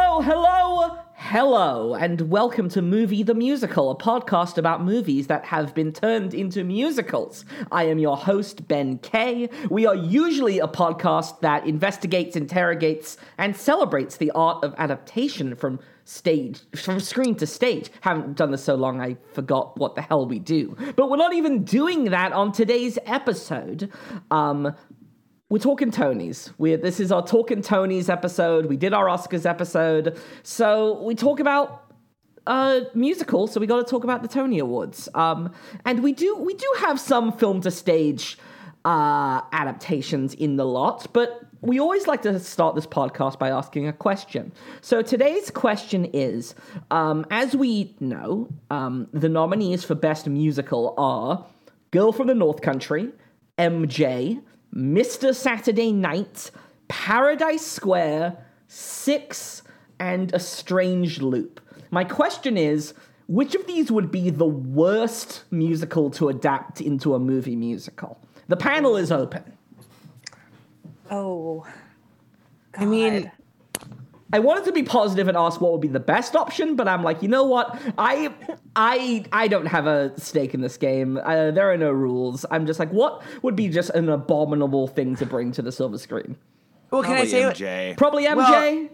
Hello, hello, and welcome to Movie the Musical, a podcast about movies that have been turned into musicals. I am your host, Ben Kay. We are usually a podcast that investigates, interrogates, and celebrates the art of adaptation from stage from screen to stage haven't done this so long i forgot what the hell we do but we're not even doing that on today's episode um we're talking Tonys. We this is our talking Tonys episode. We did our Oscars episode, so we talk about uh, musical. So we got to talk about the Tony Awards. Um, and we do we do have some film to stage uh, adaptations in the lot, but we always like to start this podcast by asking a question. So today's question is, um, as we know, um, the nominees for best musical are Girl from the North Country, MJ. Mr. Saturday Night, Paradise Square, Six, and A Strange Loop. My question is which of these would be the worst musical to adapt into a movie musical? The panel is open. Oh, I mean, I wanted to be positive and ask what would be the best option, but I'm like, you know what? I, I, I don't have a stake in this game. Uh, there are no rules. I'm just like, what would be just an abominable thing to bring to the silver screen? well, can I Probably say what- MJ. Probably MJ. Well,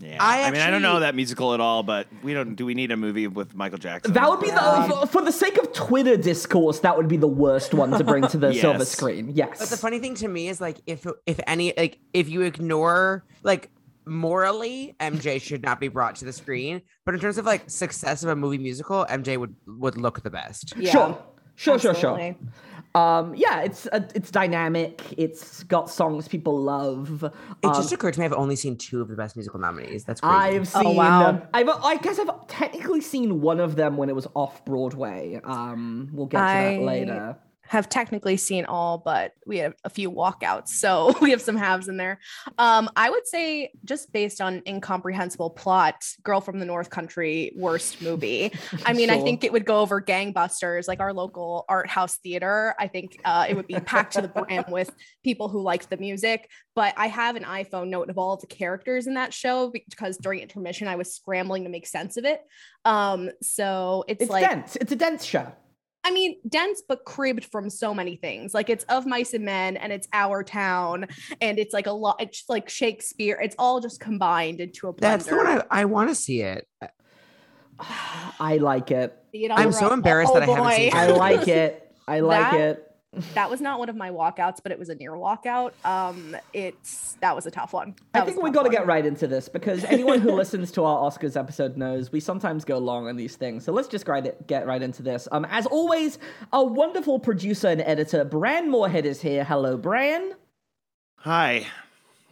yeah. I I, mean, I don't know actually- that musical at all, but we don't. Do we need a movie with Michael Jackson? That would be the for, for the sake of Twitter discourse. That would be the worst one to bring to the Yes. silver screen. Yes, But the funny thing to me is like if if any like if you ignore like morally MJ should not be brought to the screen, but in terms of like success of a movie musical, MJ would would look the best. yeah. sure, sure, sure, absolutely. sure. Um, yeah, it's uh, it's dynamic. It's got songs people love. It Um, just occurred to me I've only seen two of the best musical nominees. That's crazy. I've Oh, seen. wow. I've, uh, I guess I've technically seen one of them when it was off Broadway. Um, we'll get to I- that later. Have technically seen all, but we have a few walkouts, so we have some halves in there. Um, I would say just based on incomprehensible plot, "Girl from the North Country" worst movie. I mean, I Sure. think it would go over gangbusters, like our local art house theater. I think uh, it would be packed to the brim with people who liked the music. But I have an iPhone note of all of the characters in that show because during intermission I was scrambling to make sense of it. Um, so it's, It's like. dense. It's a dense show. I mean, dense but cribbed from so many things. Like it's of mice and men, and it's our town, and it's like a lot. It's like Shakespeare. It's all just combined into a blender. that's the one I, I want to see it. I like it. See it on I'm the so road. embarrassed Oh, that I haven't seen boy. I like it. I like That- it. That was not one of my walkouts, but it was a near walkout. Um, it's that was a tough one. That I was think a we tough got to one. get right into this because anyone who listens to our Oscars episode knows we sometimes go long on these things. So let's just grind- get right into this. Um, as always, our wonderful producer and editor, Bran Moorhead, is here. Hello, Bran. Hi.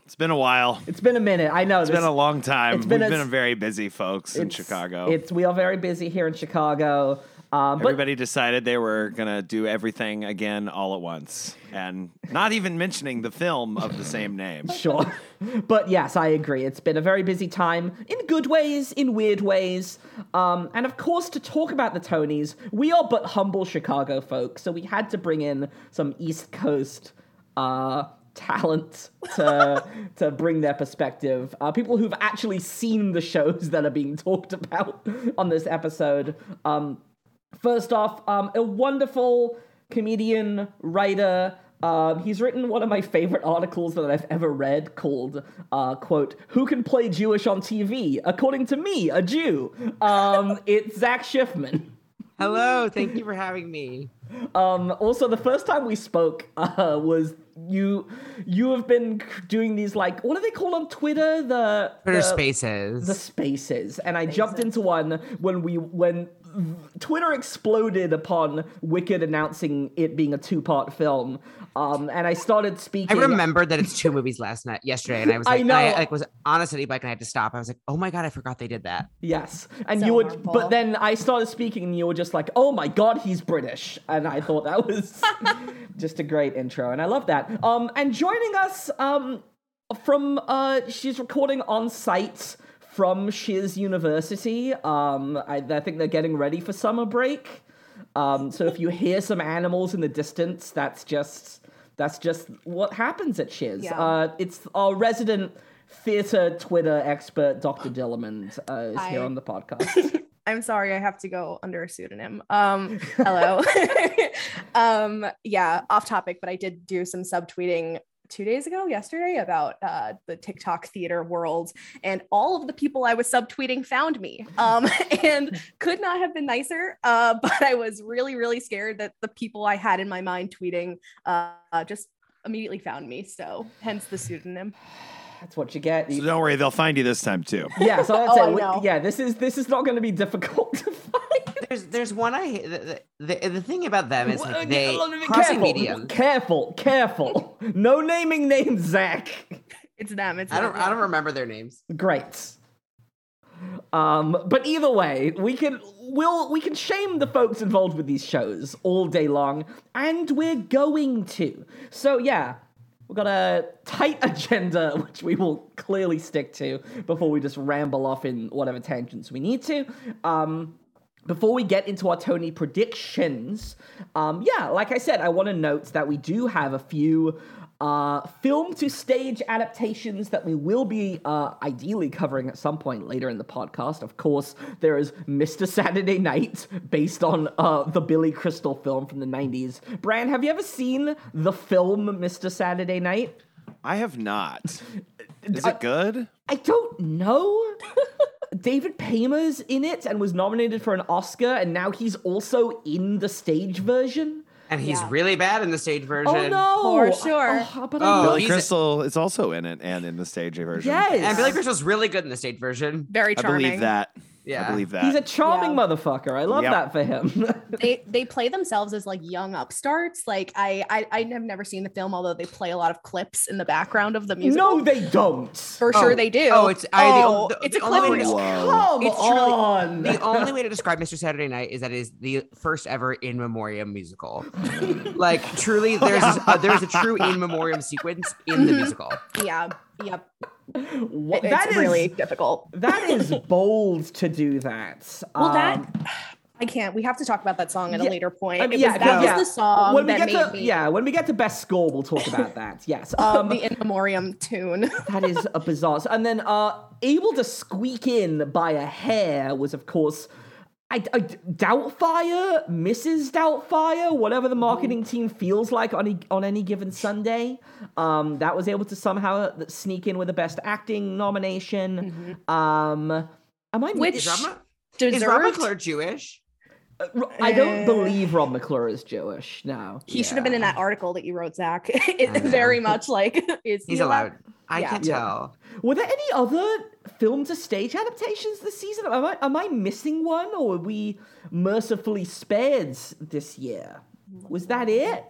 It's been a while. It's been a minute. I know. It's been a long time. it's been We've a- been a very busy folks in Chicago. It's we are very busy here in Chicago. Um, but Everybody decided they were gonna do everything again all at once, and not even mentioning the film of the same name. sure. but yes, I agree. It's been a very busy time in good ways, in weird ways. Um, and of course, to talk about the Tonys, we are but humble Chicago folk, so we had to bring in some East Coast uh, talent to to bring their perspective. Uh, people who've actually seen the shows that are being talked about on this episode. Um, First off, um, a wonderful comedian, writer. Um, he's written one of my favorite articles that I've ever read called, uh, quote, Who Can Play Jewish on TV? According to me, a Jew. Um, it's Zach Schiffman. Hello, thank you for having me. Um, also, the first time we spoke uh, was you you have been c- doing these, like, what do they call on Twitter? The Twitter the- Spaces. the spaces and i jumped into one when we when twitter exploded upon wicked announcing it being a two-part film um and i started I speaking remembered that it's two movies last night, yesterday, and I was I like, I, I know. like was on a city bike and I had to stop. I was like, oh my god, I forgot they did that. yes and So you would harmful. but then i started speaking and you were just like oh my god he's british and i thought that was just a great intro and i love that um and joining us um from uh she's recording on site from Shiz University. Um, I, I think they're getting ready for summer break. Um, so if you hear some animals in the distance, that's just that's just what happens at Shiz. Yeah. Uh, it's our resident theater Twitter expert Dr. Dillamond uh, is here Hi. on the podcast. I'm sorry, I have to go under a pseudonym. Um, hello. um, yeah, off topic, but I did do some subtweeting two days ago, yesterday, about uh, the TikTok theater world, and all of the people I was subtweeting found me, um, and could not have been nicer. Uh, but I was really, really scared that the people I had in my mind tweeting uh, just immediately found me. So, hence the pseudonym. That's what you get. So don't worry, they'll find you this time too. yeah, so that's Oh, it. I We- know. yeah, this is this is not going to be difficult to find. There's there's one I hate. The, the, the, the thing about them is Well, like they let me be crossing careful, medium. careful, careful. No naming names, Zach. It's them. It's I don't them. I don't remember their names. Great. Um, but either way, we can we'll we can shame the folks involved with these shows all day long, and we're going to. So yeah, we've got a tight agenda which we will clearly stick to before we just ramble off in whatever tangents we need to. Um, before we get into our Tony predictions, um, yeah, like I said, I want to note that we do have a few uh, film to stage adaptations that we will be uh, ideally covering at some point later in the podcast. Of course, there is Mr. Saturday Night, based on uh, the Billy Crystal film from the 90s. Brian, have you ever seen the film Mr. Saturday Night? I have not. Is Uh, it good? I don't know. David Paymer's in it and was nominated for an Oscar, and now he's also in the stage version. And he's Yeah. really bad in the stage version. Oh no! For sure. Oh, but Oh, I know. Billy he's a- Crystal is also in it and in the stage version. Yes. And Billy Crystal's really good in the stage version. Very I charming. believe that. Yeah. I believe that. He's a charming Yeah. motherfucker. I love Yep. that for him. they they play themselves as like young upstarts. Like I, I I have never seen the film, although they play a lot of clips in the background of the music. no, they don't. for Oh. sure they do. Oh, it's- I- the ol- the- it's a the only clip. way to- reel. Whoa. Come It's truly- on. The only way to describe Mr. Saturday Night is that it is the first ever in memoriam musical. like truly, there's a, there's a true in memoriam sequence in the Mhm. musical. Yeah, yep. Wha- It- that it's is really difficult. that is bold to do that. Well, that Um, I can't. We have to talk about that song at yeah, a later point. I mean, It yeah, was- that yeah. was the song when we that get made to me. yeah, when we get to best score, we'll talk about that. Yes. Um, Um, the in memoriam tune. That is a bizarre. And then uh, able to squeak in by a hair was, of course, I, I- Doubtfire, Mrs. Doubtfire, whatever the marketing team feels like on a, on any given Sunday. Um, that was able to somehow uh, sneak in with a Best Acting Mm-hmm. nomination. Um, am I? Hmm. Which- Is Rob, is Rob Deserved. McClure Jewish? I don't Eh. believe Rob McClure is Jewish. No. He should have been in Yeah. that article that you wrote, Zach. It, I know. very much like is he He's allowed. I Yeah. can't Yeah. tell. Were there any other film to stage adaptations this season? Am I am I missing one, or were we mercifully spared this year? Was that it?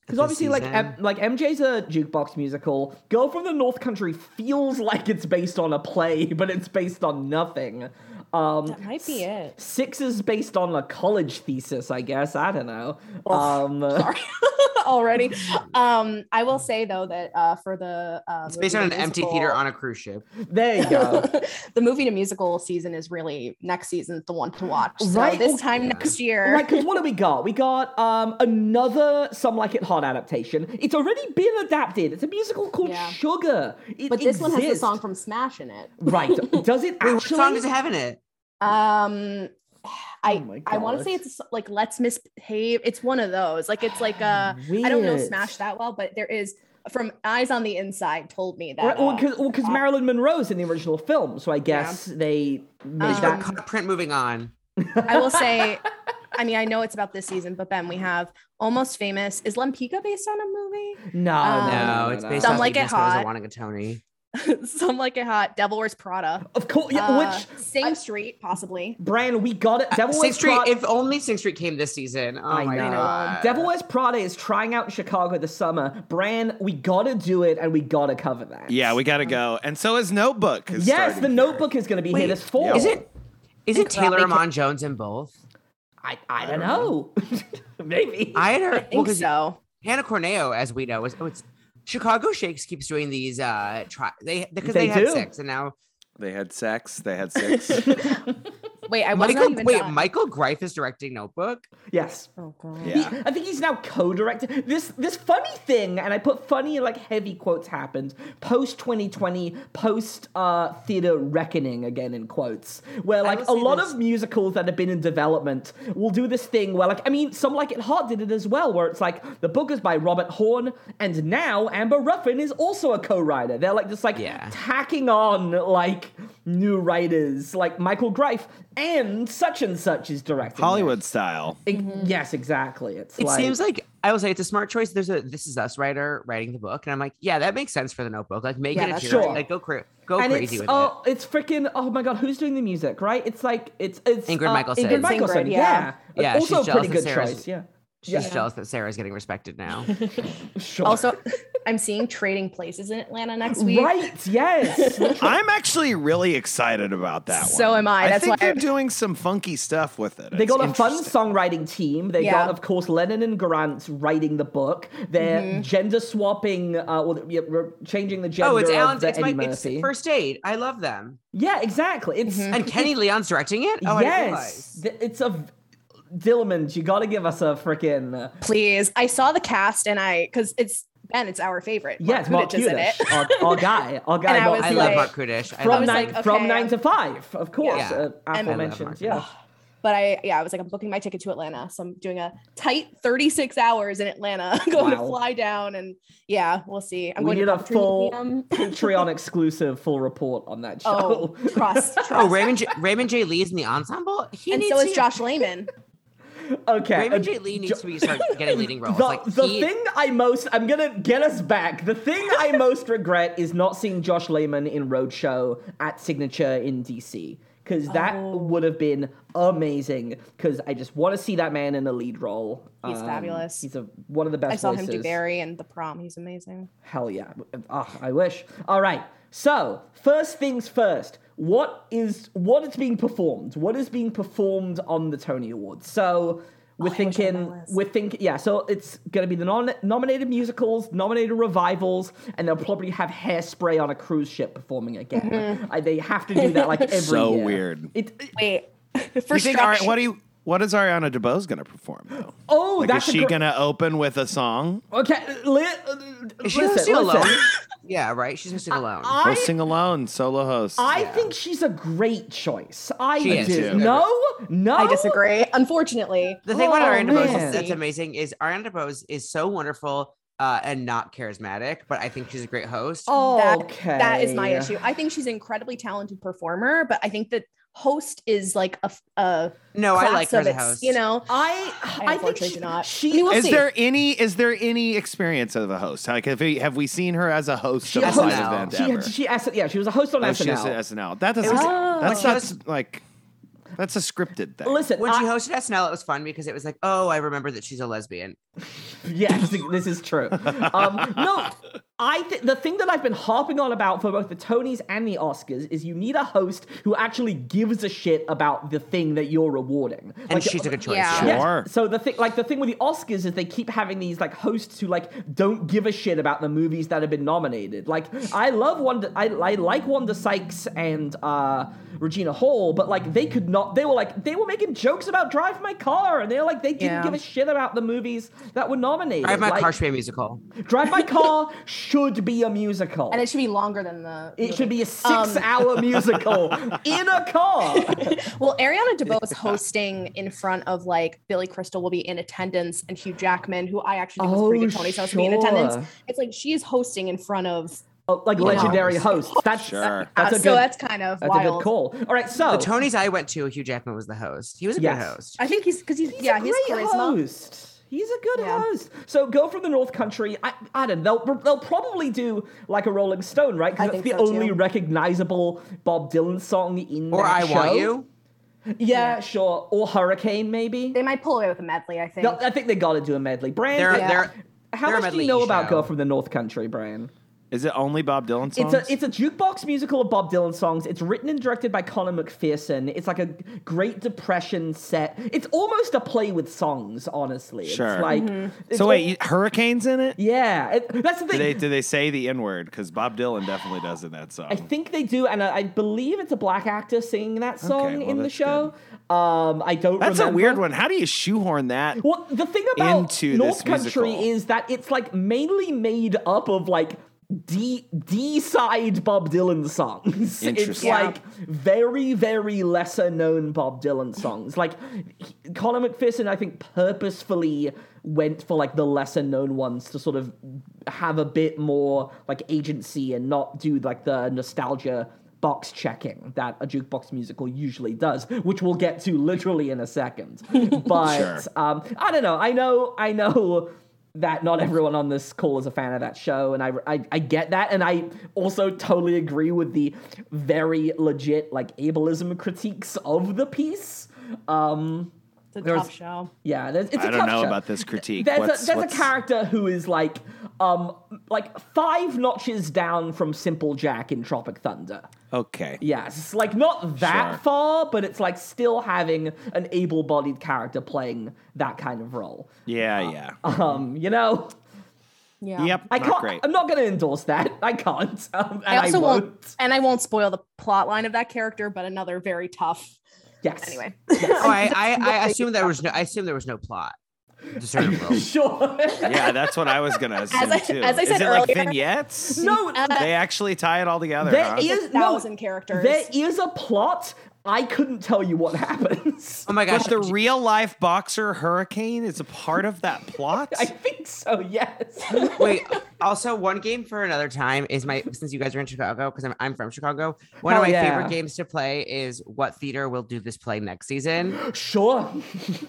Because This obviously, like season. M- like MJ's a jukebox musical. Girl from the North Country feels like it's based on a play, but it's based on nothing. Um, That might be it. Six is based on a college thesis, I guess. I don't know. Ugh, um, sorry already um i will say though that uh for the uh It's based on an empty theater on a cruise ship. there you go. the movie to musical season is really next season's the one to watch so Right. Oh, this time Yeah. next year Right, because what do we got? We got um, another Some Like It Hot adaptation. It's already been adapted. It's a musical called Yeah. Sugar. It but this one has the exists. song from smash in it Right. Does it Wait, what actually? Oh song does it have in it? um i my i want God. to say it's like let's misbehave it's one of those like it's like uh i don't know smash that well but there is from eyes on the inside told me that Right, oh, well, uh, because Marilyn Monroe's in the original film, so I guess they made Um, that. Cut print moving on. I will say, I mean, I know it's about this season, but Ben, we have Almost Famous. Is Lempicka based on a No, um, no, No, no, no, it's no. based Some on Like Steve It Nisko's I Hot. Wanting a Tony. movie? Some like it hot. Devil Wears Prada. Of course, yeah, Uh, which Sing Street, possibly. Brian, we got it. Devil Sing Wears uh, Street. Prada- If only Sing Street came this season. Oh I my know. um, god. Devil Wears Prada is trying out in Chicago this summer. Brian, we gotta do it, and we gotta cover that. Yeah, we got to go. And so is Notebook. Is Yes, starting the here. Notebook is going to be here Wait, this fall. Is it? Is it Think Robbie Taylor can- Amon Jones in both? I, I, don't know. Maybe. I had I heard. well, think 'cause so. Hannah Corneo, as we know, is oh, it's Chicago Shakes keeps doing these uh try they because They they, had do. sex and now They had sex. They had sex. Wait, I wasn't Michael, even wait, done. Michael Greif is directing Notebook. Yes. Oh, God. He- Yeah. I think he's now co-directed. This this funny thing, and I put funny in like heavy quotes happened post 2020, post uh, theater reckoning again in quotes, where like a will say lot this- of musicals that have been in development will do this thing where like I mean, some like it hot did it as well, where it's like the book is by Robert Horn, and now Amber Ruffin is also a co-writer. They're like just like Yeah. tacking on like new writers like Michael Greif and such and such is directing it. Hollywood style. Ex- Yes, exactly. It's It like, seems like I will say it's a smart choice. There's a This Is Us writer writing the book, and I'm like, yeah, that makes sense for the Notebook. Like, make Yeah, it a that's sure. true. like go cra- go and crazy it's with it. oh, it's freaking oh my god, who's doing the music? Right? It's like it's it's Ingrid uh, Michaelson. Ingrid It's Michaelson, Ingrid, yeah, yeah. Like, Yeah, she's also a pretty jealous of good Sarah's- choice. Yeah, She's yeah. jealous that Sarah's getting respected now. sure. Also, I'm seeing Trading Places in Atlanta next week. right? Yes. I'm actually really excited about that one. So am I. That's I think why you're I- doing some funky stuff with it. They It's got a fun interesting. songwriting team. They Yeah. got, of course, Lennon and Grant writing the book. They're gender swapping, uh, well, yeah, we're changing the gender oh, it's of Alan's. the It's my Eddie it's Murphy. first date. I love them. yeah, exactly. It's And Kenny Leon's directing it. Oh, I didn't yes, realize. Th- it's a Dillamond. You got to give us a freaking. Uh, Please. I saw the cast and I, because it's Ben, it's our favorite. Yes, Mark Mark Kudic is in it. Kudish, our, our guy, our guy. And I Mark was I Kudish. love like- Mark Kudish. I from love nine like, okay, from nine I'm- to five, of course. Yeah. Uh, I love aforementioned, Mark yeah. Kudish. But I, yeah, I was like, I'm booking my ticket to Atlanta. So I'm doing a tight 36 hours in Atlanta, going Wow. to fly down. And yeah, we'll see. I'm we going need to a Coventry full Museum. Patreon exclusive full report on that show. Oh, trust. trust. Oh, Raymond J- Raymond J. Lee's in the ensemble. He and needs so to is Josh Lehman. okay. Raymond uh, J. Lee Jo- needs to be start getting leading roles. The, like the he, thing I most I'm gonna get us back. The thing I most regret is not seeing Josh Lehman in Roadshow at Signature in DC because that Oh. would have been amazing. Because I just want to see that man in a lead role. Um, He's fabulous. He's a, one of the best. I saw him do voices. Barry and The Prom. He's amazing. Hell yeah. Ah, I wish. All right. So, first things first. What is what is being performed? What is being performed on the Tony Awards? So, we're Oh, I wish I had thinking my list. we're thinking yeah, so it's going to be the non- nominated musicals, nominated revivals, and they'll probably have Hairspray on a cruise ship performing again. Mm-hmm. I, they have to do that like every So year. weird. It, it- Wait, for You think, all right, structure- what do you? What is Ariana DeBose going to perform though? oh, like, that's is a she gr- going to open with a song Okay, li- Is she hosting listen, listen. alone? yeah, right. She's hosting alone. or I sing alone solo host? I think she's a great choice. I She is. do. Yeah. No, no. I disagree. Unfortunately, the thing about Oh, Ariana DeBose man. is, that's amazing is Ariana DeBose is so wonderful uh, and not charismatic, but I think she's a great host. Oh, That- okay. that is my issue. I think she's an incredibly talented performer, but I think that host is like a, f- a no, Oh, I class like her as of a its- host. You know, I I, think unfortunately she, do not. she I mean, we'll is see. there any is there any experience of a host? Like have we, have we seen her as a host she of a hosted- live SNL. event she, ever? she, S- yeah, she was a host on Oh, she SNL. hosted SNL. That doesn't. was- that's Oh. not s- like that's a scripted thing. Listen, When she I- hosted SNL, it was fun because it was like, oh, I remember that she's a lesbian. yes, this is true. Um, no, I th- the thing that I've been harping on about for both the Tonys and the Oscars is you need a host who actually gives a shit about the thing that you're rewarding. And Like, she took a choice. yeah. Sure. Yes. So the thing, like the thing with the Oscars, is they keep having these like hosts who like don't give a shit about the movies that have been nominated. Like I love Wanda, I, I like Wanda Sykes and uh, Regina Hall, but like they could not. They were like they were making jokes about Drive My Car, and they were like they didn't Yeah. give a shit about the movies that were nominated. Drive My Like, Car should be a musical. Drive My Car should be a musical. and it should be um, longer than the. it should be a six-hour musical in a car. Well, Ariana DeBose hosting in front of like Billy Crystal will be in attendance, and Hugh Jackman, who I actually think was pretty good Oh, Tony, so be in sure. attendance. It's like she is hosting in front of. Oh, like legendary hosts. That's Sure. that's a Uh, so good- that's kind of That's wild. a good call. All right, so The Tonys I went to, Hugh Jackman was the host. He was a Yes. good host. I think he's because he's, he's yeah a he's great charisma. host. He's a good Yeah. host. So go from the North Country. I, I don't know. They'll, they'll probably do like a Rolling Stone, right? I Because that's think the so, only too. recognizable Bob Dylan song in Or that I Want show. You. Yeah, sure. Or Hurricane, maybe. They might pull away with a medley. I think. No, I think they got to do a medley. Brian, They're, how- they're, how they're a much do you medley know about show. Girl from the North Country, Brian? Is it only Bob Dylan songs? It's a it's a jukebox musical of Bob Dylan songs. It's written and directed by Colin McPherson. It's like a Great Depression set. It's almost a play with songs, honestly. Sure. It's like it's so wait, al- you- hurricanes in it? yeah, it- that's the Do thing. they do they say the N word? Because Bob Dylan definitely does in that song. I think they do, and I, I believe it's a black actor singing that song well, in the that's show. Um, I don't. That's a remember. weird one. How do you shoehorn that? Well, the thing about into North this Country musical. is that it's like mainly made up of like D D side Bob Dylan songs. It's Interesting. Yeah. like very very lesser known Bob Dylan songs. Like he- Colin McPherson, I think purposefully went for like the lesser known ones to sort of have a bit more like agency and not do like the nostalgia box checking that a jukebox musical usually does which we'll get to literally in a second but Sure. um, I don't know. I know. I know that not everyone on this call is a fan of that show, and I, I I get that, and I also totally agree with the very legit like ableism critiques of the piece. Um, It's a There's- tough show. yeah, there's, it's a I don't tough know show. about this critique. There's, What's- a, there's what's- a character who is like, um, like five notches down from Simple Jack in Tropic Thunder. Okay. Yes, it's like not that Sure. far, but it's like still having an able-bodied character playing that kind of role. Yeah, yeah. Um, you know, Yeah. Yep. I not can't. great. I'm not going to endorse that. I can't. Um, and I also won't. won't. and I won't spoil the plot line of that character, but another very tough. Yes. Anyway, Oh, I I, I assume there was no I assume there was no plot. Discernible. Sure. yeah, that's what I was gonna assume I- too. as I is said it like earlier- vignettes? no. they actually tie it all together. There huh? is- no, Uh, thousand characters. There is a plot. I couldn't tell you what happens. Oh my gosh. But the real life boxer hurricane is a part of that plot. I think so. Yes. Wait. Also, one game for another time is my since you guys are in Chicago because I'm I'm from Chicago. One Hell of my yeah. favorite games to play is what theater will do this play next season. sure.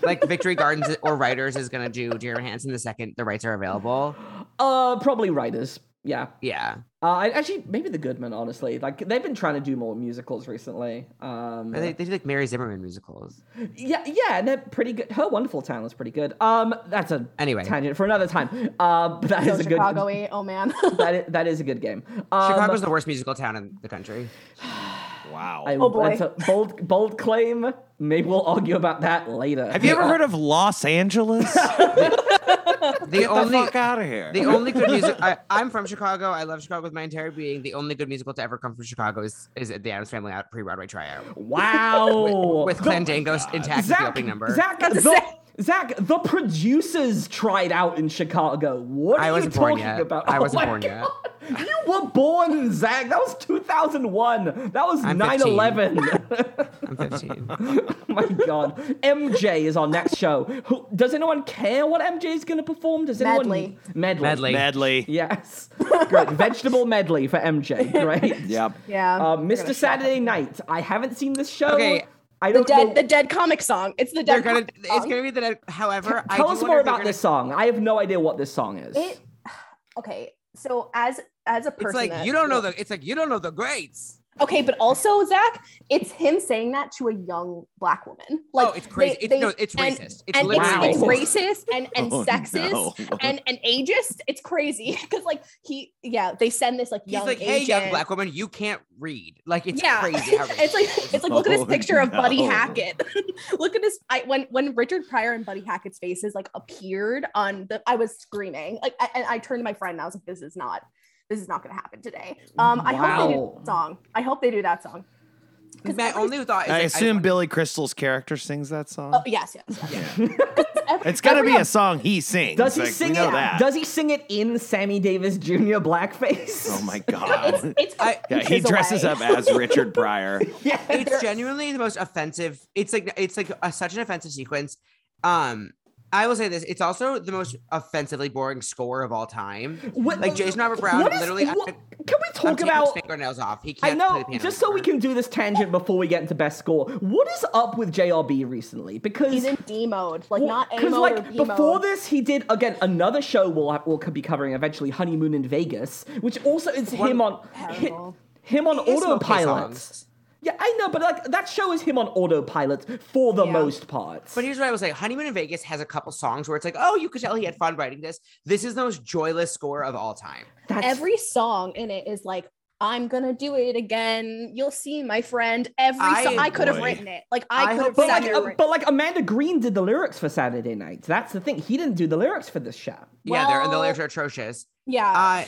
Like Victory Gardens or Writers is gonna do Dear Evan Hansen the second the rights are available. Uh, probably writers. Yeah. Yeah, Uh, I- actually, maybe the Goodman. Honestly, like they've been trying to do more musicals recently. Um, Or they, they do like Mary Zimmerman musicals. Yeah, yeah, and they're pretty good. Her Wonderful Town was pretty good. Um, that's a Anyway. tangent for another time. Uh, but that so is a good Chicago-y. Oh man. that is, that is a good game. Um, Chicago's the worst musical town in the country. wow. I- Oh, boy. that's a bold bold claim. Maybe we'll argue about that later. Have you ever heard of Los Angeles? The Get the only fuck out of here. the only good music I, I'm from Chicago. I love Chicago with my entire being. The only good musical to ever come from Chicago is is the Adams Family out pre-Broadway tryout. Wow. with Clandango intact as the Oh Zach, opening number. Zach, That's the, sick. Zach, the producers tried out in Chicago. What are I you wasn't born talking yet. about? I Oh wasn't my born yet. God. You were born, Zach. That was 2001. That was I'm 9 11. I'm 15. Oh my god. MJ is our next show. Who, does anyone care what MJ is going to perform? Does anyone Medley. medley? Medley. Medley. Yes. Great. Vegetable medley for MJ. Great. Yep. yeah. Uh, They're gonna Mr. shock Saturday Night. I haven't seen this show. Okay. I The don't dead, know. the dead comic song. It's the They're dead. gonna. comic It's song. gonna be the. However, I um, Tell do wonder us more if they're about gonna- this song. I have no idea what this song is. It, okay, so as as a person, It's like that- you don't know the. It's like you don't know the greats. Okay, but also Zach, it's him saying that to a young black woman. Like, oh, it's crazy. they- it's, they- no, it's and- racist. It's and literally Wow. it's, racist. it's racist and and Oh, sexist no. and and ageist. It's crazy because like he, yeah, they send this like He's young like, hey, young agent- black woman, you can't read. Like it's yeah, crazy. How it's like it's like look at this Oh, picture of Buddy no. Hackett. look at this. I when when Richard Pryor and Buddy Hackett's faces like appeared on the, I was screaming. Like, I, and I turned to my friend and I was like, this is not, this is not going to happen today. Um, I hope they do Wow. that song. I hope they do that song. 'Cause my every- only thought is I like, assume wonder- Billy Crystal's character sings that song. Oh yes, yes. yes. yeah. Ev- It's gotta every be a song he sings. does he like, we sing know it? That. Does he sing it in Sammy Davis Jr. blackface? oh my It's, god. it's I- yeah, he inches dresses away. up as Richard Pryor. Yeah. it's genuinely the most offensive. It's like it's like a, such an offensive sequence. Um, I will say this. It's also the most offensively boring score of all time. What- like Jason Robert Brown, what is- literally. what- I'm- can we I'm talk taking his about? fingernails off. He I can't play know, the piano just so we anymore. can do this tangent before we get into best score. What is up with JRB recently? Because He's in D mode, like Well, not A mode or like B before mode. this, he did again another show we'll we'll be covering eventually, honeymoon in Vegas, which also is him on hi- Terrible. him on He is okay autopilot. songs. Yeah, I know, but like that show is him on autopilot for the Yeah. most part. But here's what I was like: Honeymoon in Vegas has a couple songs where it's like, oh, you could tell he had fun writing this. This is the most joyless score of all time. That's Every song in it is like, I'm gonna do it again. You'll see, my friend. Every I- song I could have Boy. written it. Like I I could hope- have but sat like, here. uh, written- but like Amanda Green did the lyrics for Saturday Night. That's the thing. He didn't do the lyrics for this show. yeah, they're, and the Well- lyrics are atrocious. yeah, I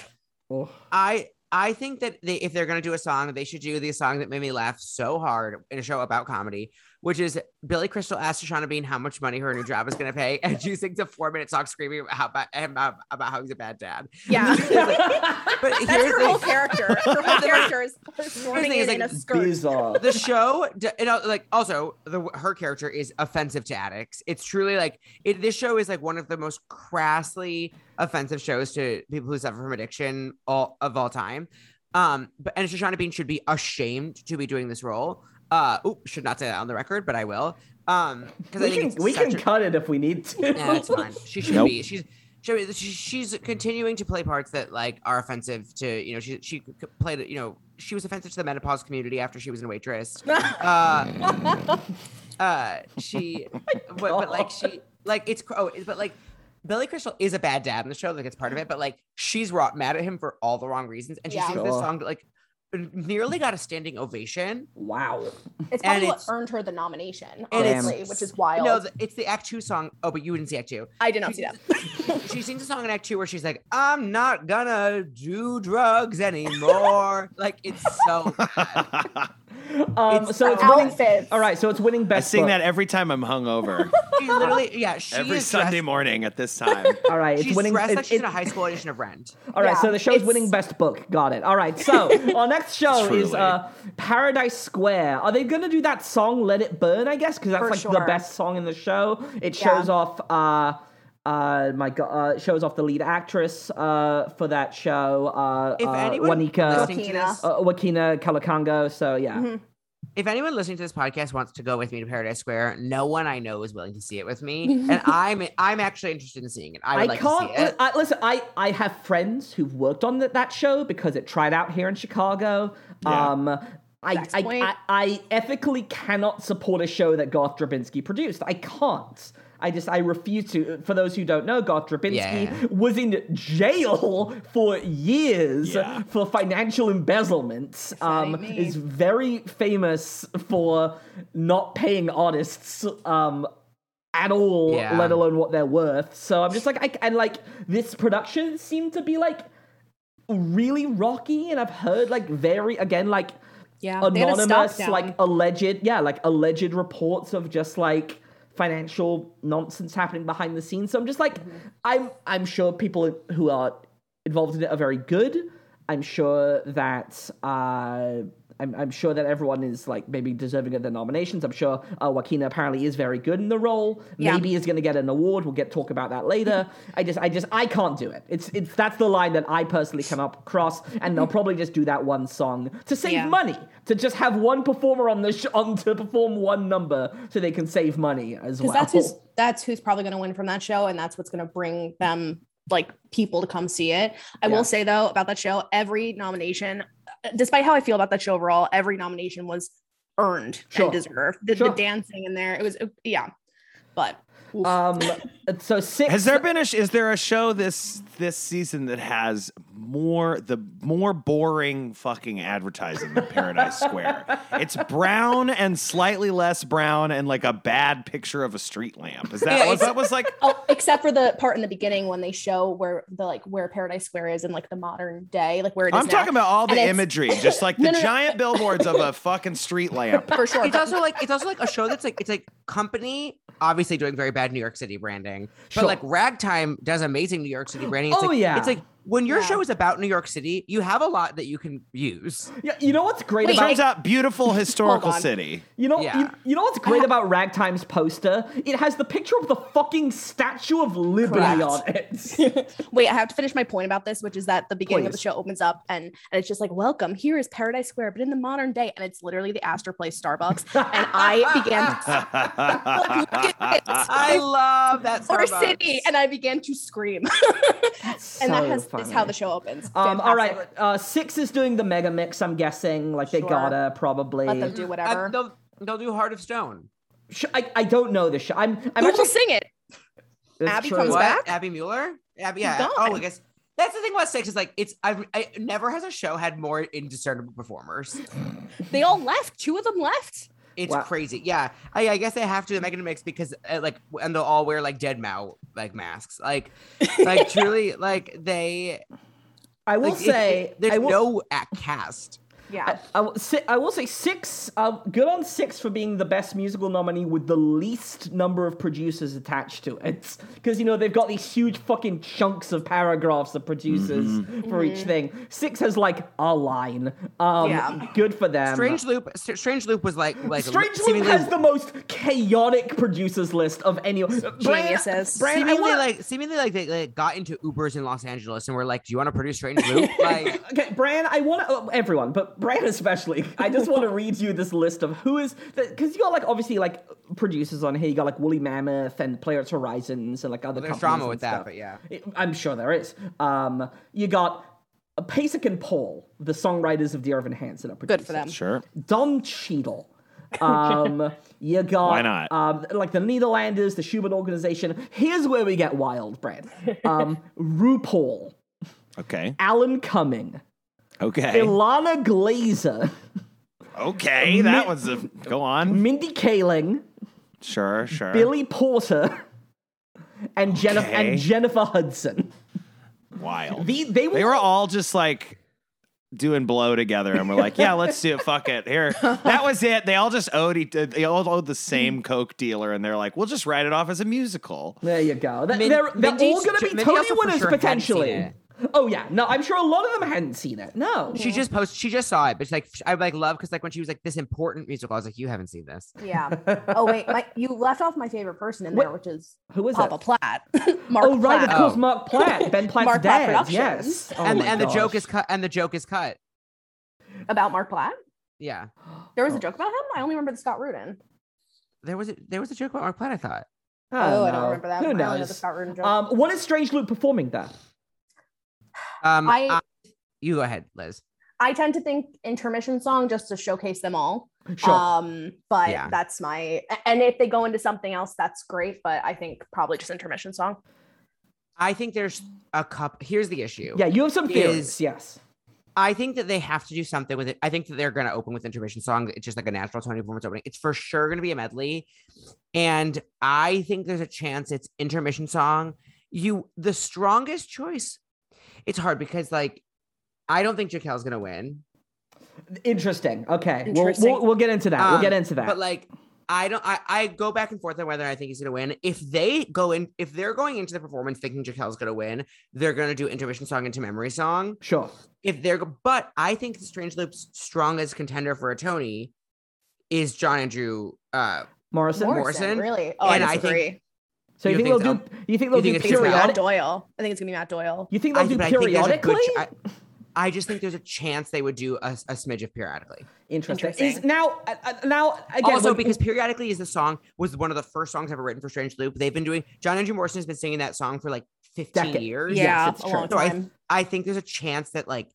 Oh. I I think that they, if they're gonna do a song, they should do the song that made me laugh so hard in a show about comedy, which is Billy Crystal asked Shoshana Bean how much money her new job is gonna pay, and she sings a four minute song screaming about how ba- about, about how he's a bad dad. yeah. But That's here's her whole the, character. Her whole character is her storming thing is, in, in like, a skirt. Bizarre. the show, d- you know, like also the her character is offensive to addicts. It's truly like it, this show is like one of the most crassly offensive shows to people who suffer from addiction all of all time. Um, but and Shoshana Bean should be ashamed to be doing this role. Uh, oop, should not say that on the record, but I will. Um, because I we think can it's we such can a- cut it if we need to. yeah, it's fine. She should Nope. be. She's she, she- she's continuing to play parts that like are offensive to you know she she c- played you know she was offensive to the menopause community after she was in waitress. Uh, uh, she Oh but, but like she like it's cr- oh but like. Billy Crystal is a bad dad in the show, like it's part of it, but like she's wrought mad at him for all the wrong reasons. And she Yeah. sings this Sure. song that like nearly got a standing ovation. Wow. It's probably And what it's- earned her the nomination, And it's- honestly, which is wild. No, th- it's the Act Two song. Oh, but you didn't see Act Two. I did not see that. she sings a song in Act Two where she's like, "I'm not gonna do drugs anymore." like it's so. bad. Um, It's so Her it's winning. outfits. All right, so it's winning I best. sing book. that every time I'm hungover. She literally, yeah, she every is Sunday dressed, morning at this time. All right, it's She's winning. dressed it- like she's in it- a high school edition of Rent. All right, Yeah, so the show's it's- winning best book. Got it. All right, so our next show is Truly. uh, Paradise Square. Are they going to do that song "Let It Burn"? I guess because that's For like the sure. best song in the show. It Yeah. shows off. Uh, uh, my God, uh, it shows off the lead actress uh, for that show. Uh, If uh, anyone Wanika. listening to Wakina. this, Uh, Wakina Kalakango, so yeah. if anyone listening to this podcast wants to go with me to Paradise Square, no one I know is willing to see it with me, and I'm I'm actually interested in seeing it. I would I like can't to see it. I, listen. I I have friends who've worked on th- that show because it tried out here in Chicago. Yeah. Um, I Facts I, point. I I ethically cannot support a show that Garth Drabinsky produced. I can't. I just I refuse to. For those who don't know, Garth Drabinsky Yeah. was in jail for years Yeah. for financial embezzlement. Um, I mean. is very famous for not paying artists. Um, at all, Yeah. let alone what they're worth. So I'm just like, I, and like this production seemed to be like really rocky, and I've heard like very again like Yeah, they had a stock anonymous, down. like alleged, yeah, like alleged reports of just like financial nonsense happening behind the scenes. So I'm just like, Mm-hmm. I'm I'm sure people who are involved in it are very good. I'm sure that. Uh, I'm, I'm sure that everyone is like maybe deserving of their nominations. I'm sure uh, Joaquina apparently is very good in the role. Yeah. Maybe is going to get an award. We'll get talk about that later. I just, I just, I can't do it. It's, it's that's the line that I personally come up across, and they'll probably just do that one song to save Yeah. money, to just have one performer on the sh- on to perform one number so they can save money as well. because that's who's that's who's probably going to win from that show, and that's what's going to bring them like people to come see it. I Yeah. will say though about that show, every nomination, despite how I feel about that show overall, every nomination was earned Sure. and deserved. The, Sure. the dancing in there, it was yeah, but oof. um, so six. Has there been a sh- is there a show this this season that has more the more boring fucking advertising than Paradise Square? It's brown and slightly less brown and like a bad picture of a street lamp. Is that Yeah, was it's- that was like Oh, except for the part in the beginning when they show where the like where Paradise Square is in like the modern day, like where it is. I'm now. talking about all the And it's- imagery, just like the No, no, no. giant billboards of a fucking street lamp. for sure. It's also like it's also like a show that's like it's like company obviously doing very bad New York City branding, Sure. but like Ragtime does amazing New York City branding. It's Oh, like, yeah. it's like when your Yeah. show is about New York City, you have a lot that you can use. Yeah, you know what's great Wait, about Turns out beautiful historical on. city. You know, Yeah. you, you know what's great about Ragtime's poster? It has the picture of the fucking Statue of Liberty Correct. on it. Wait, I have to finish my point about this, which is that the beginning of the Please. show opens up and, and it's just like, welcome, here is Paradise Square, but in the modern day. And it's literally the Astor Place Starbucks. And I began I love that or Starbucks. city and I began to scream. That's so and that has is how the show opens. Um, all right, Fantastic. uh, Six is doing the mega mix. I'm guessing, like they Sure. gotta probably. Let them do whatever. Uh, they'll, they'll do Heart of Stone. Sh- I, I don't know the show. I'm I'm Who actually will sing it? It's Abby true. comes what? back? Abby Mueller? Abby, yeah. He's Oh, I gone. guess that's the thing about Six is like it's I've I, never has a show had more indiscernible performers. They all left. Two of them left. It's Wow. crazy. Yeah, I, I guess they have to make it a mix because uh, like and they'll all wear like dead mow like masks. Like, like truly, like they. I will like, it- say it- there's I will, no act cast. I, Yeah. I will say, I will say six. Uh, good on six for being the best musical nominee with the least number of producers attached to it, because you know they've got these huge fucking chunks of paragraphs of producers for each thing. Six has like a line. Um, Yeah. Good for them. Strange Loop. St- Strange Loop was like like Strange Loop seemingly- has the most chaotic producers list of any. uh, Geniuses. Brian, I seemingly wanna- like seemingly like they like, got into Ubers in Los Angeles and were like, "Do you want to produce Strange Loop?" like, Okay, Bran, I want to, oh, everyone, but Bran especially, I just want to read you this list of who is, because you got like, obviously, like producers on here. You got like Woolly Mammoth and Players Horizons and like other there's companies drama and with that, stuff. but yeah. It- I'm sure there is. Um, you got Pasek and Paul, the songwriters of Dear Evan Hansen, are producers. Good for them. Sure. Don Cheadle. Um, you got Why not? Um, like the Nederlanders, the Schubert organization. Here's where we get wild, Bran. Um, RuPaul, Okay. Alan Cumming. Okay. Ilana Glazer, Okay. That was a go on. Mindy Kaling, Sure. Sure. Billy Porter, and Jennifer Okay. and Jennifer Hudson. Wild. The, they were, They were all just like doing blow together, and we're like, "Yeah, let's do it. Fuck it." Here, that was it. They all just owed each, uh, they all owed the same coke dealer, and they're like, "We'll just write it off as a musical." there. You go. They're, Min- they're, they're Mindy's all going ju- to be Mindy Tony also for winners sure hadn't seen potentially. it. Oh yeah, no, I'm sure a lot of them hadn't seen it. No, She just posted. She just saw it, but she's like, I like love because like when she was like this important musical, I was like, you haven't seen this. Yeah. Oh wait, my, you left off my favorite person in there, which is who was Papa it? Platt. Mark Oh right, Platt. of course, Oh. Mark Platt, Ben Platt's Mark Platt dad. Productions. yes, Oh and my and the joke gosh. is cut. And the joke is cut. About Mark Platt. Yeah, There Oh. was a joke about him. I only remember the Scott Rudin. there was a, there was a joke about Mark Platt. I thought. Oh, I know. don't remember that. Who one. I only know the knows? Scott Rudin joke. Um, what is Strange Loop performing there? Um, I- I- you go ahead, Liz. I tend to think intermission song just to showcase them all. Sure. Um, but Yeah. that's my a- and if they go into something else, that's great. But I think probably just intermission song. I think there's a cup. Here's the issue. yeah, you have some is- theories. Yes. I think that they have to do something with it. I think that they're going to open with intermission song. It's just like a natural Tony performance opening. It's for sure going to be a medley, and I think there's a chance it's intermission song. You the strongest choice. It's hard because like I don't think Jaquel's going to win. Interesting. Okay, we'll- Interesting. We'll, we'll get into that. we'll Um, get into that. But like, I don't. I, I go back and forth on whether I think he's gonna win. If they go in, if they're going into the performance thinking Jaquel's gonna win, they're gonna do intermission song into memory song. sure. If they're, but I think Strange Loop's strongest contender for a Tony is John Andrew. Uh, Morrison. Morrison. really? Oh, And I I think- disagree. So You you, think, think they'll so? do? You think they'll You do think it's It's Matt Matt periodic? Doyle. I think it's gonna be Matt Doyle. You think I, they'll do but I think there's a periodically? good. ch- I, I just think there's a chance they would do a, a smidge of periodically. Interesting. Is Interesting. now uh, uh, now again also, when- because periodically is the song was one of the first songs ever written for Strange Loop. They've been doing John Andrew Morrison has been singing that song for like 15 Decade. years. Yeah, it's a true. long So I, time. I think there's a chance that like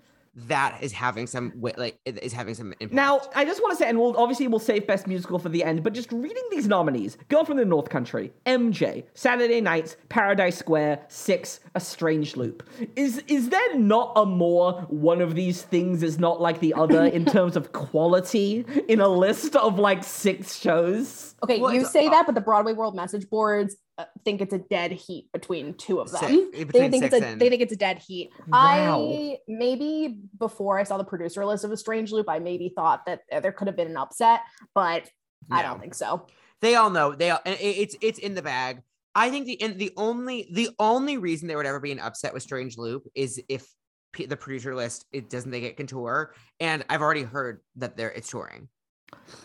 that is having some wi- like it is having some impact. now I just want to say, and we'll obviously we'll save best musical for the end. But just reading these nominees: Girl from the North Country, MJ, Saturday Nights, Paradise Square, Six, A Strange Loop. Is is there not a more one of these things is not like the other in terms of quality in a list of like six shows? Okay, Well, you it's- say that, but the Broadway World message boards uh, think it's a dead heat between two of Si- them. they between think it's six a, and- they think it's a dead heat. Wow. I maybe before I saw the producer list of a strange loop, I maybe thought that there could have been an upset, but I No. don't think so. they all know they all, and it- it's it's in the bag. I think the and the only the only reason there would ever be an upset with Strange Loop is if p- the producer list it doesn't they get contour and I've already heard that they're it's touring.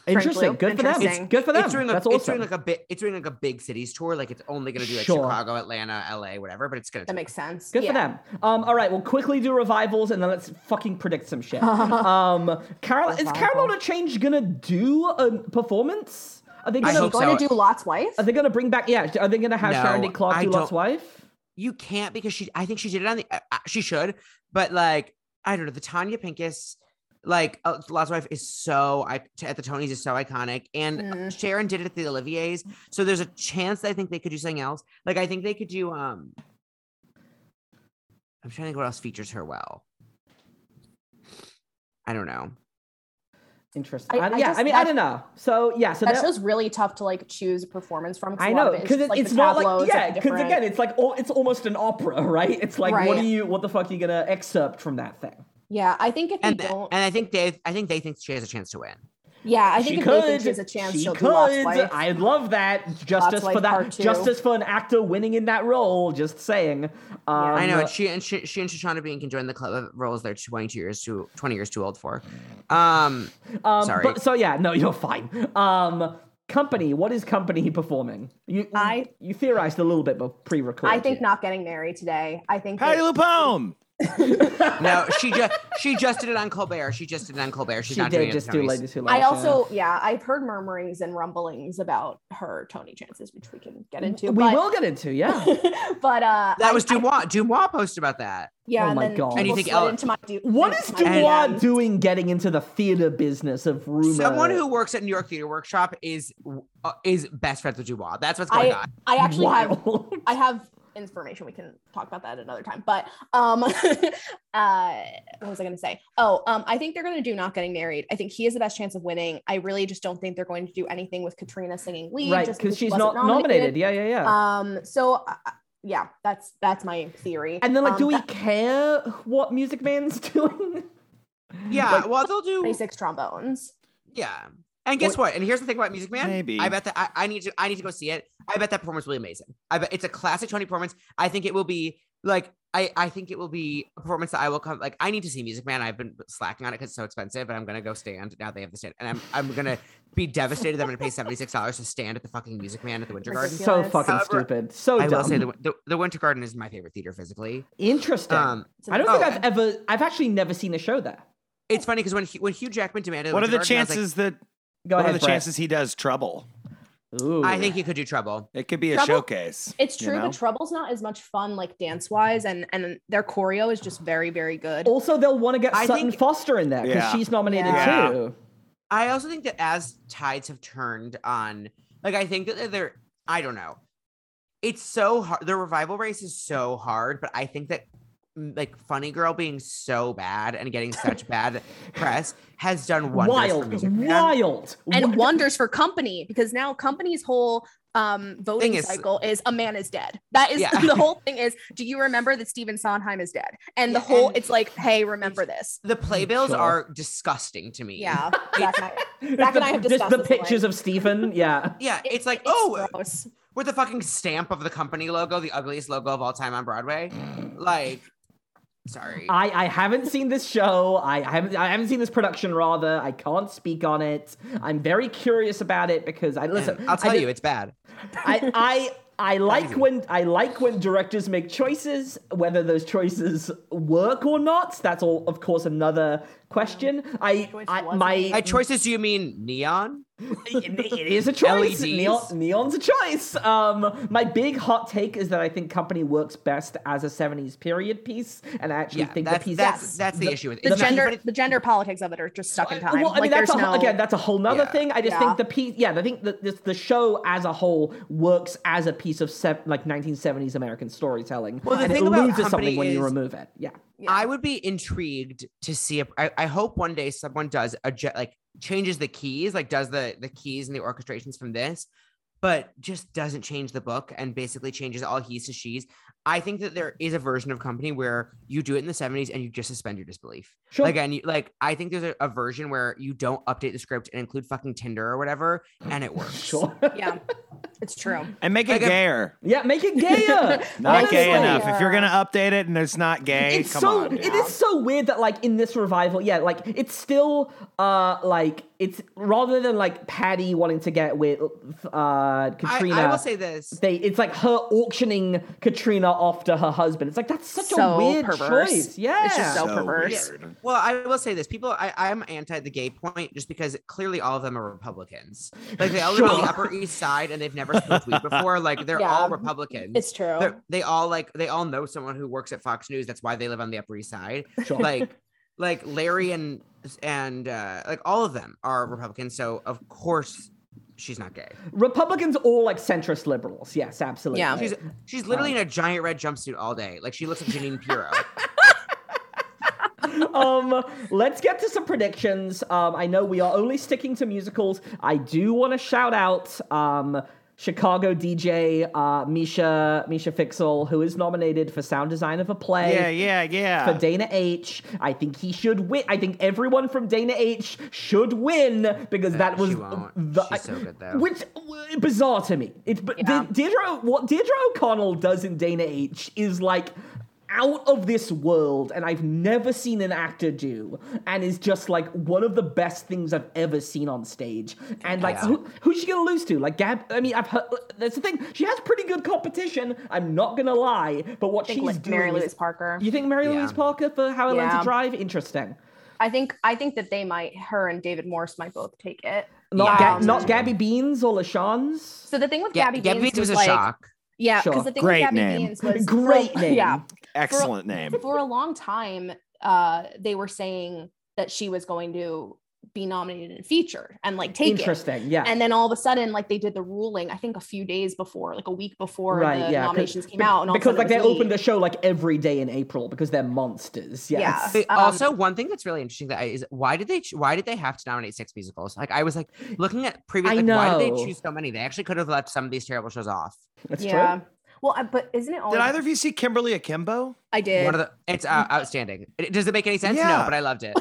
Interesting. Loop. Good for them. Interesting. Good for them. It's doing, a, That's it's doing awesome. like a bit. It's doing like a big cities tour. Like it's only going to do like Sure. Chicago, Atlanta, LA, whatever. But it's going to That makes sense. Good Yeah. for them. Um, all right, we'll quickly do revivals and then let's fucking predict some shit. um, Carol, is Revival. Carolina Change gonna do a performance? Are they I gonna hope so. Going to do Lot's Wife? Are they gonna bring back? Yeah, are they gonna have No, Sharon D. Clark I do Lot's don't- wife? you can't because she I think she did it on the uh, uh, she should, but like I don't know the Tanya Pincus like uh, Lost Wife is so I at the Tonys is so iconic and Mm. Sharon did it at the Olivier's, so there's a chance that I think they could do something else. Like I think they could do um. I'm trying to think what else features her well. I don't know. Interesting. I- I- I yeah, just- I mean, I that's- don't know. So yeah, so That that- show's really tough to like choose a performance from. I a lot know of it is because just, it, it's the not tableaus like that are yeah, because different. again, it's like all, it's almost an opera, right? It's like what Right. do you what the fuck are you gonna excerpt from that thing? yeah, I think if you And, th- don't, and I think Dave, I think they think she has a chance to win. yeah, I think she if could. they think she has a chance, she she'll could. do Lost Wife. I'd love that Lost justice for Wife that Part Two. justice for an actor winning in that role. Just saying. Um, I know, and she and she, she and Shoshana Bean can join the club of roles they're 22 years too 20 years too old for. Um, Um, Sorry. But, so yeah, no, you're fine. Um, company. What is company performing? You I- you theorized a little bit, but pre-recorded. I think not getting married today. I think Patty that- Lupone. no, she just she just did it on Colbert. She just did it on Colbert. She's She not doing did it just at do Tonys. ladies who Laugh, I yeah. also, yeah, I've heard murmurings and rumblings about her Tony chances, which we can get into. we but, will get into yeah. but uh, That I- was I- Dumois. Dumois posted about that. yeah. Oh and my then God. people And you think slid Ellen- into my du- What into is my Dubois DMs. doing getting into the theater business of rumor? Someone who works at New York Theater Workshop is uh, is best friends with Dubois. That's what's going I on. I actually have Wild. I have information. We can talk about that another time. But um, uh, what was I going to say? Oh, um, I think they're going to do not getting married. I think he has the best chance of winning. I really just don't think they're going to do anything with Katrina singing lead, right just because she she's wasn't not nominated. Yeah, yeah, yeah. Um, so uh, uh, yeah, that's that's my theory. and then like, Um, do we that- care what Music Man's doing? Yeah, well they'll do. basic trombones? Yeah, and guess what? And here's the thing about Music Man. Maybe. I bet that I, I need to I need to go see it. I bet that performance will be amazing. I bet it's a classic Tony performance. I think it will be like I I think it will be a performance that I will come like I need to see Music Man. I've been slacking on it because it's so expensive, and I'm gonna go stand now they have the stand, and I'm I'm gonna be devastated. that I'm gonna pay seventy six dollars to stand at the fucking Music Man at the Winter Garden. Ridiculous. so fucking However, stupid. So I dumb. will say the, the the Winter Garden is my favorite theater physically. Interesting. Um, It's a- I don't think oh, I've ever. I've actually never seen a show there. it's funny because when Hugh- when Hugh Jackman demanded, What are Winter the Garden, I was like, chances that? Go What are ahead. the Brett. chances he does trouble? Ooh. I think he could do trouble. It could be a Trouble? showcase. It's you true, know? but trouble's not as much fun like dance wise, and and their choreo is just very very good. Also, they'll want to get I Sutton think- Foster in there because Yeah. she's nominated Yeah. too. I also think that as tides have turned on, like I think that they're, I don't know, it's so hard. The revival race is so hard, but I think that mm, like Funny Girl being so bad and getting such bad press has done wonders. for Wild, music. And wild, and wonders for company because now company's whole um voting Thing is- cycle is a man is dead that is Yeah. the whole thing is do you remember that steven sondheim is dead and the Yeah, whole and- it's like hey remember this The playbills Sure. are disgusting to me. yeah Zach and I- Zach the, and I have just discussed the this a lot. pictures of Stephen. Yeah. Yeah, it- it's like, it's oh, gross. with the fucking stamp of the company logo, the ugliest logo of all time on Broadway. Like, sorry. I, I haven't seen this show. I haven't I haven't seen this production rather. I can't speak on it. I'm very curious about it because I listen. And I'll tell I, you, it's bad. I I I like when I like when directors make choices, whether those choices work or not. That's all, of course, another question. I, Choice I wasn't. my By choices, do you mean neon? it it is a LEDs. choice. Neon, neon's a choice. Um, my big hot take is that I think Company works best as a '70s period piece, and I actually think that's, the piece that's that's the, issue with it. the It's not- gender but it- the gender politics of it are just stuck in time Well, I mean, like that's a, there's whole- no again, that's a whole nother Yeah. thing. I just Yeah. think the piece, yeah, I think that this, the show as a whole works as a piece of se- like 1970s American storytelling. Well, the and thing it about loses Company something when you is- remove it. Yeah. yeah. I would be intrigued to see if I, I hope one day someone does a jet like changes the keys, like does the the keys and the orchestrations from this, but just doesn't change the book and basically changes all he's to she's. I think that there is a version of company where you do it in the 70s and you just suspend your disbelief. Sure. Like and you like I think there's a, a version where you don't update the script and include fucking Tinder or whatever, and it works. Sure. yeah it's true And make it Like a- gayer. yeah, make it gayer. Not gay Honestly. enough. eh? If you're Yeah. gonna update it and it's not gay, it's come so on. it is so weird that like in this revival yeah like it's still uh like it's rather than like Patty wanting to get with uh, I, Katrina. I will say this. they it's like her auctioning Katrina off to her husband. It's like that's such a So weird perverse. choice. Yeah, It's just so perverse. perverse. Well, I will say this. People, I, I'm anti the gay point just because clearly all of them are Republicans. Like they all live on Sure. the Upper East Side and they've never smoked weed before. Like they're Yeah. all Republicans. It's true. They're- they all like they all know someone who works at Fox News. That's why they live on the Upper East Side. Sure. Like like Larry and and uh, like all of them are Republicans. So of course she's not gay. Republicans all like centrist liberals. Yes, absolutely. Yeah. She's she's literally in a giant red jumpsuit all day. Like she looks like Janine Pirro. um, let's get to some predictions. Um, I know we are only sticking to musicals. I do want to shout out um, Chicago DJ uh, Misha Misha Fixel, who is nominated for sound design of a play. Yeah, yeah, yeah. For Dana H, I think he should win. I think everyone from Dana H should win because that was she won't. the She's so good, though. which w- bizarre to me. It's but Yeah. De- Deirdre, what Deirdre O'Connell does in Dana H is like out of this world, and I've never seen an actor do, and is just like one of the best things I've ever seen on stage. And like, Yeah. who, who's she gonna lose to? Like Gab? I mean, I've heard that's the thing. She has pretty good competition. I'm not gonna lie, but what I think she's like doing Mary is- Louise Parker. You think Mary Yeah. Louise Parker for How I Learned to Yeah. Drive? Interesting. I think I think that they might her and David Morse might both take it. Not, Yeah. Ga- not Gabby Beans or LaShawn's. So the thing with Yeah, Gabby, Gabby Beans Beans was a like, shock. Yeah, because Sure. the thing Great with Gabby name. Beans was Great for, name. Yeah, Excellent name. for a long time, uh, they were saying that she was going to be nominated in feature and like take it. Interesting. Yeah. And then all of a sudden, like they did the ruling, I think a few days before, like a week before the 'cause- nominations came be- out, and all because of a like they sudden it was opened leaked. a show like every day in April because they're monsters. Yeah. Yes. But Um, also, one thing that's really interesting that I, is why did they ch- why did they have to nominate six musicals? Like I was like looking at previous, I like, why did know. they choose so many? They actually could have left some of these terrible shows off. That's yeah. true. Well, I- but isn't it all? Did either of you see Kimberly Akimbo? I did. One of the it's uh, Mm. outstanding. It- does it make any sense? No, Yeah. but I loved it.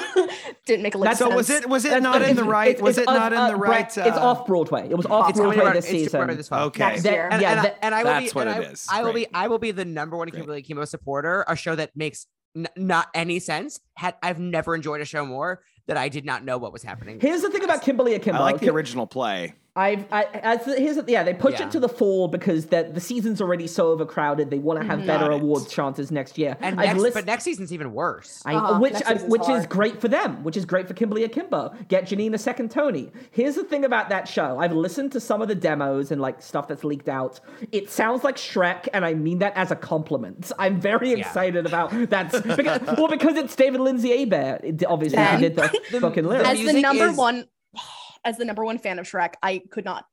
Didn't make a list. So was it was it That's- not in the it's- right? it's- Was it's it off- not in uh, the right? Brad- it's uh, off Broadway. It was off It's Broadway Broadway- this it's season. Broadway this fall. Okay. Next That- year. And, Yeah, and, I- that- and I will That's be, what and it I, is. I will Great. be I will be the number one Kimberly Kimo supporter. A show that makes n- not any sense. Had I've never enjoyed a show more that I did not know what was happening. Here's the thing about Kimberly Akimbo. I like the original play. I've I, as the, here's the, yeah they push Yeah. it to the fall because the the season's already so overcrowded. They want to have Mhm. better Got it. awards chances next year. and I've next, list- but next season's even worse. I, Uh-huh. which Next I, season's which is hard. great for them, which is great for Kimberly Akimbo. Get Janina second Tony. Here's the thing about that show. I've listened to some of the demos and like stuff that's leaked out. It sounds like Shrek, and I mean that as a compliment. I'm very Yeah. excited about that. because, well, because it's David Lindsay Abair, it- obviously, who Ben. did the, The- fucking lyrics. as the music number is- one, as the number one fan of Shrek, I could not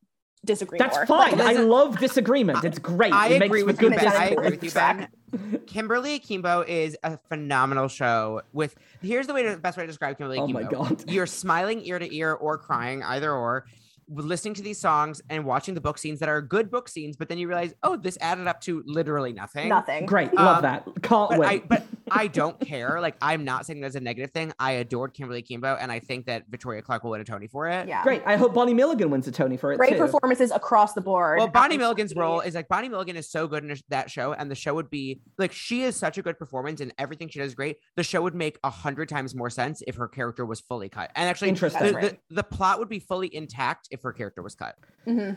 disagree. that's more. fine. Like, I listen, love disagreement. It's great. I it makes agree for with you, good Ben. I discourse. agree with you, Ben. Kimberly Akimbo is a phenomenal show. With here's the way to, best way to describe Kimberly Oh Akimbo. my God. You're smiling ear to ear or crying, either or. Listening to these songs and watching the book scenes that are good book scenes, but then you realize, oh, this added up to literally nothing. nothing. Great. Love Um, that. Can't But wait. I, but I don't care. Like I'm not saying that's a negative thing. I adored Kimberly Akimbo, and I think that Victoria Clark will win a Tony for it. Yeah. great. I hope Bonnie Milligan wins a Tony for it Great too. performances across the board. Well, Bonnie Absolutely. Milligan's role is like Bonnie Milligan is so good in sh- that show, and the show would be like she is such a good performance, and everything she does is great. The show would make a hundred times more sense if her character was fully cut, and actually, Interesting. the, That's right. the, the plot would be fully intact if her character was cut. Mhm.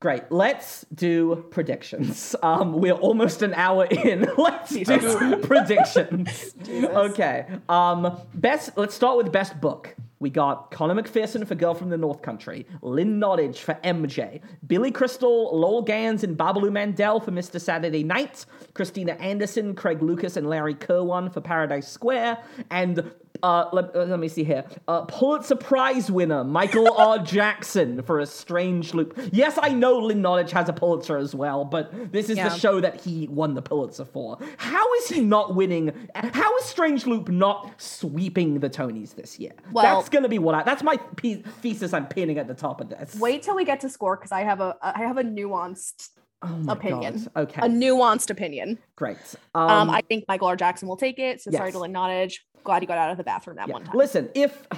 Great. Let's do predictions. Um, we're almost an hour in. Let's do predictions. okay. Um, best. Let's start with best book. We got Connor McPherson for Girl from the North Country, Lynn Nottage for MJ, Billy Crystal, Lowell Gans, and Babalu Mandel for Mr. Saturday Night, Christina Anderson, Craig Lucas, and Larry Kerwan for Paradise Square, and uh, let, uh, let me see here. Uh, Pulitzer Prize winner Michael R. Jackson for A Strange Loop. Yes, I know Lynn Knowledge has a Pulitzer as well, but this is Yeah. the show that he won the Pulitzer for. How is he not winning? How is Strange Loop not sweeping the Tonys this year? Well- that's gonna be what I. That's my pe- thesis. I'm pinning at the top of this. Wait till we get to score because I have a I have a nuanced Oh my opinion. God. Okay, a nuanced opinion. great. uh, Uh, Um, I think Michael R. Jackson will take it. So sorry Yes. to Lynn Nottage. glad you got out of the bathroom that one time. Listen, if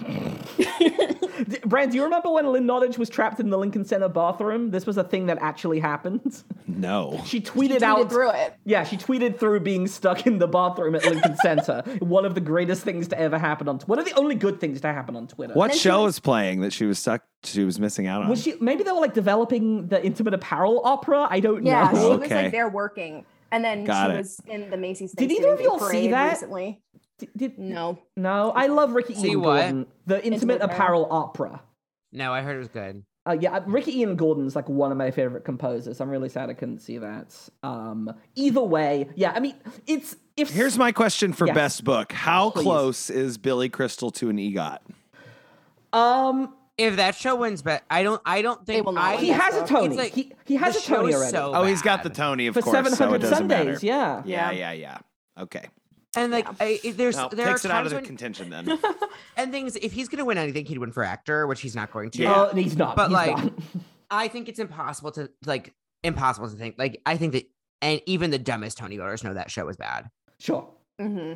Brand, do you remember when Lynn Nottage was trapped in the Lincoln Center bathroom? This was a thing that actually happened. No. She tweeted, Tweeted out through it. Yeah, she tweeted through being stuck in the bathroom at Lincoln Center. One of the greatest things to ever happen on one of the only good things to happen on Twitter. What then she show was playing that she was stuck? She was missing out on. Was she? Maybe they were like developing the intimate apparel opera. I don't Yeah, know. she was Okay. like there working, and then Got she it. was in the Macy's. Did either of Thanksgiving Day y'all see Parade that? recently? D- did- No, no, I love Ricky See Ian what? Gordon. The intimate Intimate apparel opera. No, I heard it was good. Uh, yeah, uh, Ricky Ian Gordon's like one of my favorite composers. I'm really sad I couldn't see that. Um, either way, yeah, I mean, it's if Here's my question for Yes. best book: How Please. close is Billy Crystal to an EGOT? um If that show wins, but I don't. I don't think will not I- win he has a It's Tony. like, he he has the a Tony show is already so Oh, he's got the bad. Tony, of for course. so it 700 doesn't matter. Sundays. Yeah. Yeah, yeah, Yeah. yeah, Okay. And like, I, it- there's No, there takes are it out times of the when, contention then. and things. If he's gonna win anything, he'd win for actor, which he's not going to. Yeah. Oh, and he's not. But, he's like, not. I think it's impossible to like impossible to think. Like, I think that, and even the dumbest Tony voters know that show is bad. sure. hmm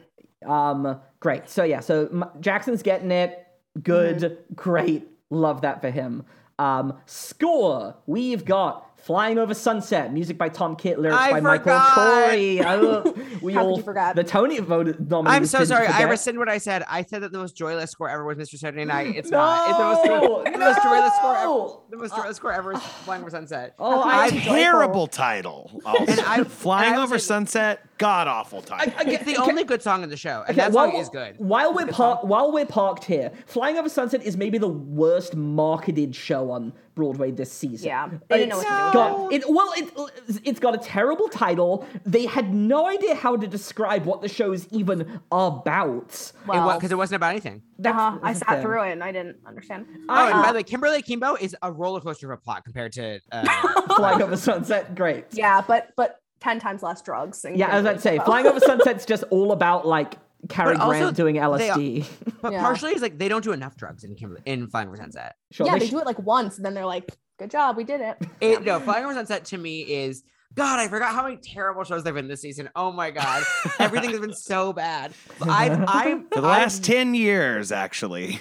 Um, great. So yeah, so M- Jackson's getting it. Good, Mm-hmm. great. Love that for him. Um, score. We've got Flying Over Sunset, music by Tom Kitt, lyrics I by forgot. Michael Corey. Oh, we How could all you forget? the Tony voted nominees. I'm so didn't sorry. I forget. rescind what I said. I said that the most joyless score ever was Mr. Saturday Night. It's No! not. It's the most, joy- the most joyless score ever. No! The most joyless score ever is Flying Over Sunset. uh, Oh, I, A terrible title. Also. And I- Flying and I was over in- sunset, god awful title. I- It's the only good song in the show, and Okay, that song while- is good. While we're par- while we're parked here, Flying Over Sunset is maybe the worst marketed show on Broadway this season. Yeah, they didn't know It's what to do with got, it. Well, it it's got a terrible title. They had no idea how to describe what the show's even about. Well, because it wasn't about anything. That's, uh-huh, I that's the sat thing. through it and I didn't understand. Oh, and Uh, by the way, Kimberly Kimbo is a roller coaster of a plot compared to. Uh, Flying Over Sunset, great. yeah, but but ten times less drugs. and Yeah, as I'd say, well. Flying Over Sunset's just all about like Cary But also, Grant doing they LSD. but Yeah. partially, it's like they don't do enough drugs in Kimberly in Flying Over Sunset. sure, yeah, they they sh- do it like once, and then they're like, "Good job, we did it." It, no, Flying Over Sunset to me is God. I forgot how many terrible shows there have been this season. Oh my God, everything has been so bad. I've I've For the last 10 years, actually.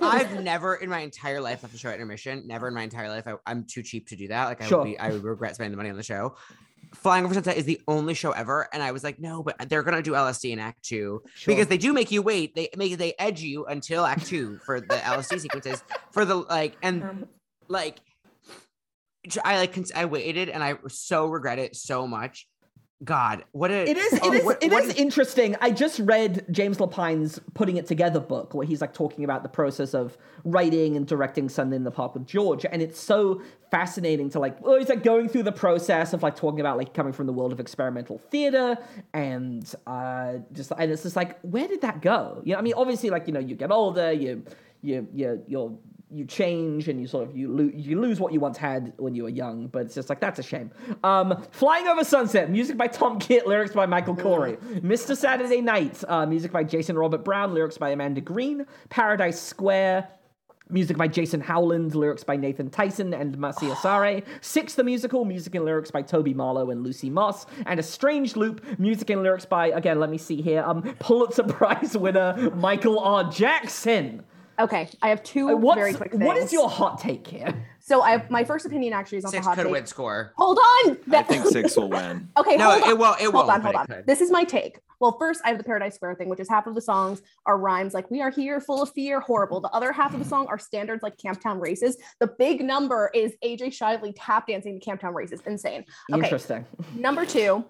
I've never in my entire life left a show at intermission. Never in my entire life. I, I'm too cheap to do that. Like I Sure. would be, I would regret spending the money on the show. Flying Over Sunset is the only show ever, and I was like, no, but they're gonna do LSD in Act Two Sure. because they do make you wait. They make they edge you until Act Two for the LSD sequences for the like and like. j- I like cons- I waited and I so regret it so much. God, what a It is. It is. oh, It is what- what an interesting. I just read James Lapine's "Putting It Together" book, where he's like talking about the process of writing and directing "Sunday in the Park" with George, and it's so fascinating to like. Oh, he's like going through the process of like talking about like coming from the world of experimental theater, and uh, just and it's just like, where did that go? You know, I mean, obviously, like you know, you get older, you you you you're you change and you sort of you lo- you lose what you once had when you were young, but it's just like that's a shame. Um, Flying Over Sunset, music by Tom Kitt, lyrics by Michael Corey. Mr. Saturday Night, uh, music by Jason Robert Brown, lyrics by Amanda Green. Paradise Square, music by Jason Howland, lyrics by Nathan Tyson and Marcia Sare. Six the musical, music and lyrics by Toby Marlowe and Lucy Moss. And a strange loop, music and lyrics by again, let me see here, um, Pulitzer Prize winner Michael R. Jackson. Okay, I have two Uh, What's, very quick things. what is your hot take here? So I have, my first opinion actually is on six the hot could take. win score. Hold on. I think six will win. Okay, No, hold on. it won't. It hold won't. on, but hold on. it could. This is my take. Well, first, I have the Paradise Square thing, which is half of the songs are rhymes like "We are here, full of fear, horrible." The other half of the song are standards like "Camptown Races." The big number is AJ Shively tap dancing to "Camptown Races." Insane. Okay, Interesting. number two.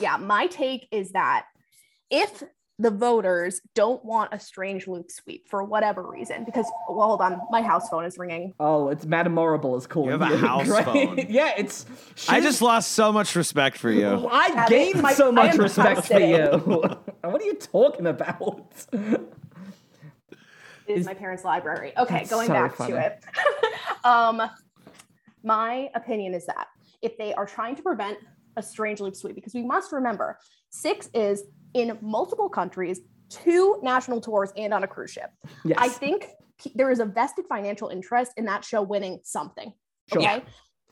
Yeah, my take is that if the voters don't want a strange loop sweep for whatever reason, because well, hold on, my house phone is ringing. Oh, it's Madame Morrible is cool. You have a house phone. yeah, it's. I she's- just lost so much respect for you. I Have it. gained My- so I much am respect for housed in you. what are you talking about? It is my parents' library. Okay, That's going so back funny. to it. um, my opinion is that if they are trying to prevent a strange loop sweep, because we must remember six is in multiple countries, two national tours, and on a cruise ship. Yes. I think p- there is a vested financial interest in that show winning something. Sure. Okay.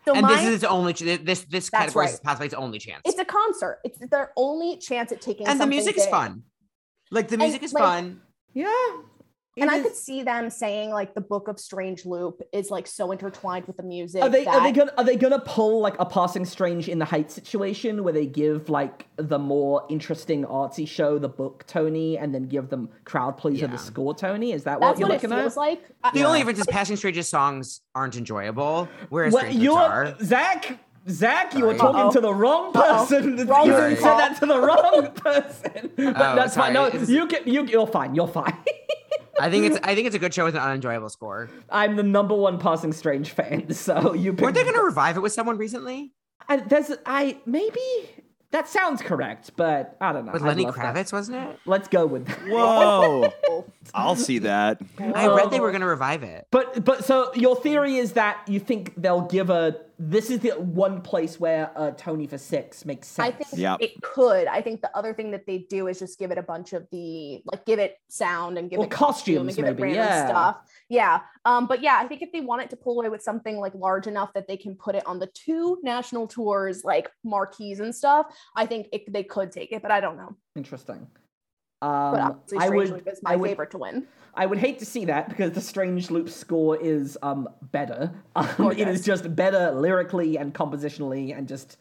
So and my this is its only ch- this this That's category right. is possibly its only chance. it's a concert. It's their only chance at taking and the something music is big. fun. Like the music is like, fun. Yeah. and It I is- could see them saying like the Book of Strange Loop is like so intertwined with the music. Are they that, are they gonna are they gonna pull like a passing strange in the height situation where they give like the more interesting artsy show the book Tony and then give them crowd pleaser Yeah. the score Tony? Is that that's what you're what it looking feels at? like. I- The only difference is Passing Strange's songs aren't enjoyable, whereas Well, Strange's you're are. Zach. Zach, you were Sorry. talking Uh-oh. to the wrong Uh-oh. person. Wrong you person. said that to the wrong person. But Oh, that's fine. No, sorry. It's- you can. You, you're fine. You're fine. I think it's I think it's a good show with an unenjoyable score. I'm the number one passing strange fan, so you. Weren't they picked- going to revive it with someone recently? I, there's, I maybe that sounds correct, but I don't know. With I Lenny love that. Kravitz, wasn't it? Let's go with that. Whoa. I'll see that. I read they were Oh. going to revive it. But but so your theory is that you think they'll give a this is the one place where a Tony for six makes sense. I think Yep. it could. I think the other thing that they do is just give it a bunch of the like give it sound and give Well, it costume costumes, and give maybe, it random yeah. stuff. Yeah. Um, but yeah, I think if they want it to pull away with something like large enough that they can put it on the two national tours, like marquees and stuff, I think it, they could take it, but I don't know. Interesting. But Um, obviously, I would Strange Loop is my I would favorite to win. I would hate to see that because the Strange Loop score is um better. Um, it Gorgeous. is just better lyrically and compositionally and just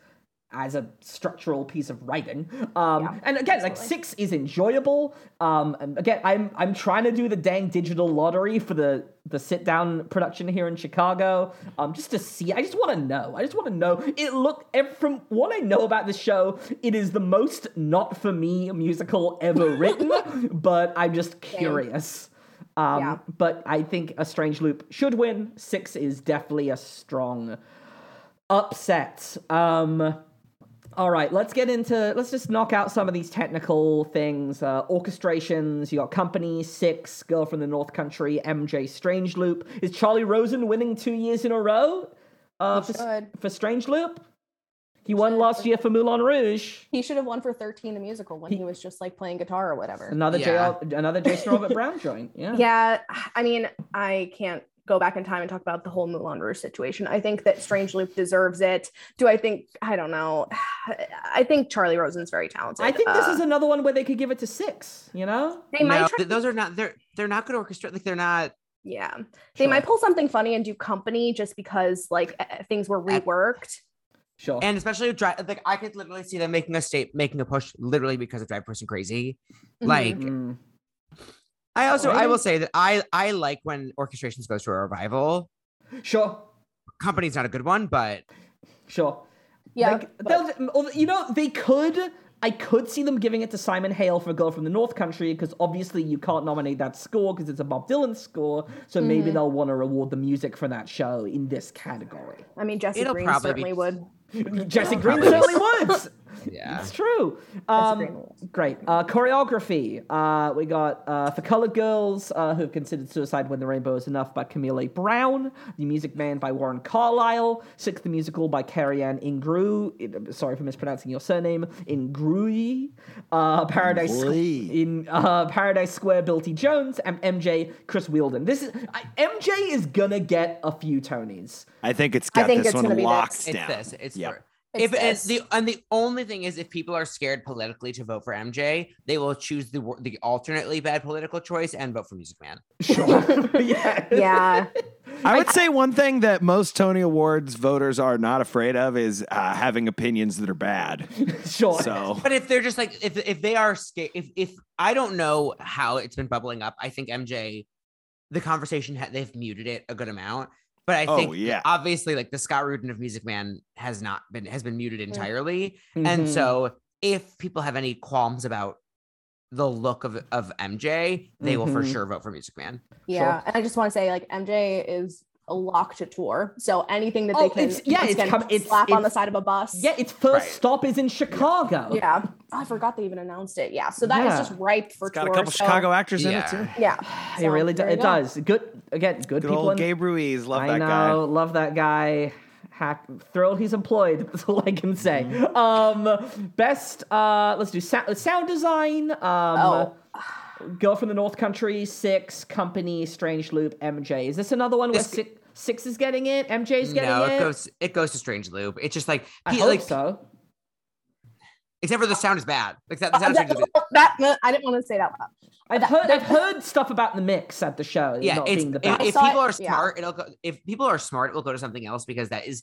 as a structural piece of writing. Um, Yeah, and again, like absolutely. six is enjoyable. Um, and again, I'm I'm trying to do the dang digital lottery for the the sit down production here in Chicago. Um, just to see, I just want to know. I just want to know. It look ev- from what I know about the show, it is the most not for me musical ever written. but I'm just curious. Um, Yeah. But I think A Strange Loop should win. Six is definitely a strong upset. Um, all right, let's get into, let's just knock out some of these technical things. Uh, orchestrations, you got Company, Six, Girl from the North Country, MJ, Strange Loop. Is Charlie Rosen winning two years in a row uh, He for, should. for Strange Loop? He won last year for Moulin Rouge. He should have won for 13 the musical when he, was just like playing guitar or whatever. Another Yeah. JL, another Jason Robert Brown joint. Yeah. Yeah, I mean, I can't go back in time and talk about the whole Moulin Rouge situation. I think that Strange Loop deserves it. Do I think? I don't know. I think Charlie Rosen's very talented. I think this Uh, is another one where they could give it to six. You know, They might No, try. th- those are not they're they're not good orchestra like they're not yeah, they might pull something funny and do company just because like eh, things were reworked. sure. and especially with drive like I could literally see them making a state making a push literally because of Drive Person Crazy. Mm-hmm. Like Mm. I also I will Maybe. say that I I like when orchestrations goes through a revival. sure, Company's not a good one, but sure. Yeah, Like, but- they'll- you know, they could. I could see them giving it to Simon Hale for Girl from the North Country because obviously you can't nominate that score because it's a Bob Dylan score. So maybe Mm-hmm. Mhm. they'll want to reward the music for that show in this category. I mean, Jesse it'll Green probably certainly be- would. Jesse Green probably. certainly would. yeah. It's true. Green Um, rules. great. Uh, choreography. Uh, we got uh, For Colored Girls, uh, who've considered Suicide When the Rainbow Is Enough by Camille Brown, The Music Man by Warren Carlisle, Sixth the Musical by Carrie Ann Ingru. it- Sorry for mispronouncing your surname. Ingrui. Uh, Paradise Squ- Ingrui. in uh, Paradise Square, Bilty Jones, and MJ, Chris Wielden. This is I, MJ is gonna get a few Tonys. I think it's I got think this it's one gonna be locked this. It's down. this. It's Yep. for- It's if it's this. the and the only thing is if people are scared politically to vote for MJ, they will choose the wor- the alternately bad political choice and vote for Music Man. Sure. yeah. yeah, I would say one thing that most Tony Awards voters are not afraid of is uh, having opinions that are bad. Sure. So But if they're just like if if they are scared if if I don't know how it's been bubbling up, I think MJ the conversation ha- they've muted it a good amount. But I Oh, think yeah. obviously like the Scott Rudin of Music Man has not been has been muted Hmm. entirely. Mhm. And so if people have any qualms about the look of, of MJ, they will for Mhm. sure vote for Music Man. yeah. And I just want to say, like, MJ is a lock to tour. So anything that they Oh, can, it's- yeah, it's can com- it's- slap on the it's- side of a bus. Yeah, its first Right. stop is in Chicago. Yeah. I forgot they even announced it. Yeah. So that is Yeah. just ripe for it's got a tour, couple so- Chicago actors Yeah. in it too. Yeah. It really does. Sounds very It well. does. Good again. Good, Good people. old in- Gabe Ruiz, love I that know. guy. Love that guy. Hack, thrilled he's employed. That's all I can say. Mm-hmm. Um, best. Uh, let's do sound, sound design. Um, Oh. Girl from the North Country. Six. Company. Strange Loop. MJ. Is this another one where This- six, six is getting it? MJ's getting No, it. it goes it goes to Strange Loop. It's just like I he- hope like so. Except for the sound is bad. Like Uh, that, the sound Uh, that, change is- that- I didn't want to say that loud. I've heard I've heard stuff about the mix at the show. yeah, not it's, being the if, best. if saw people it- are yeah. smart, it'll go, if people are smart, it'll go to something else because that is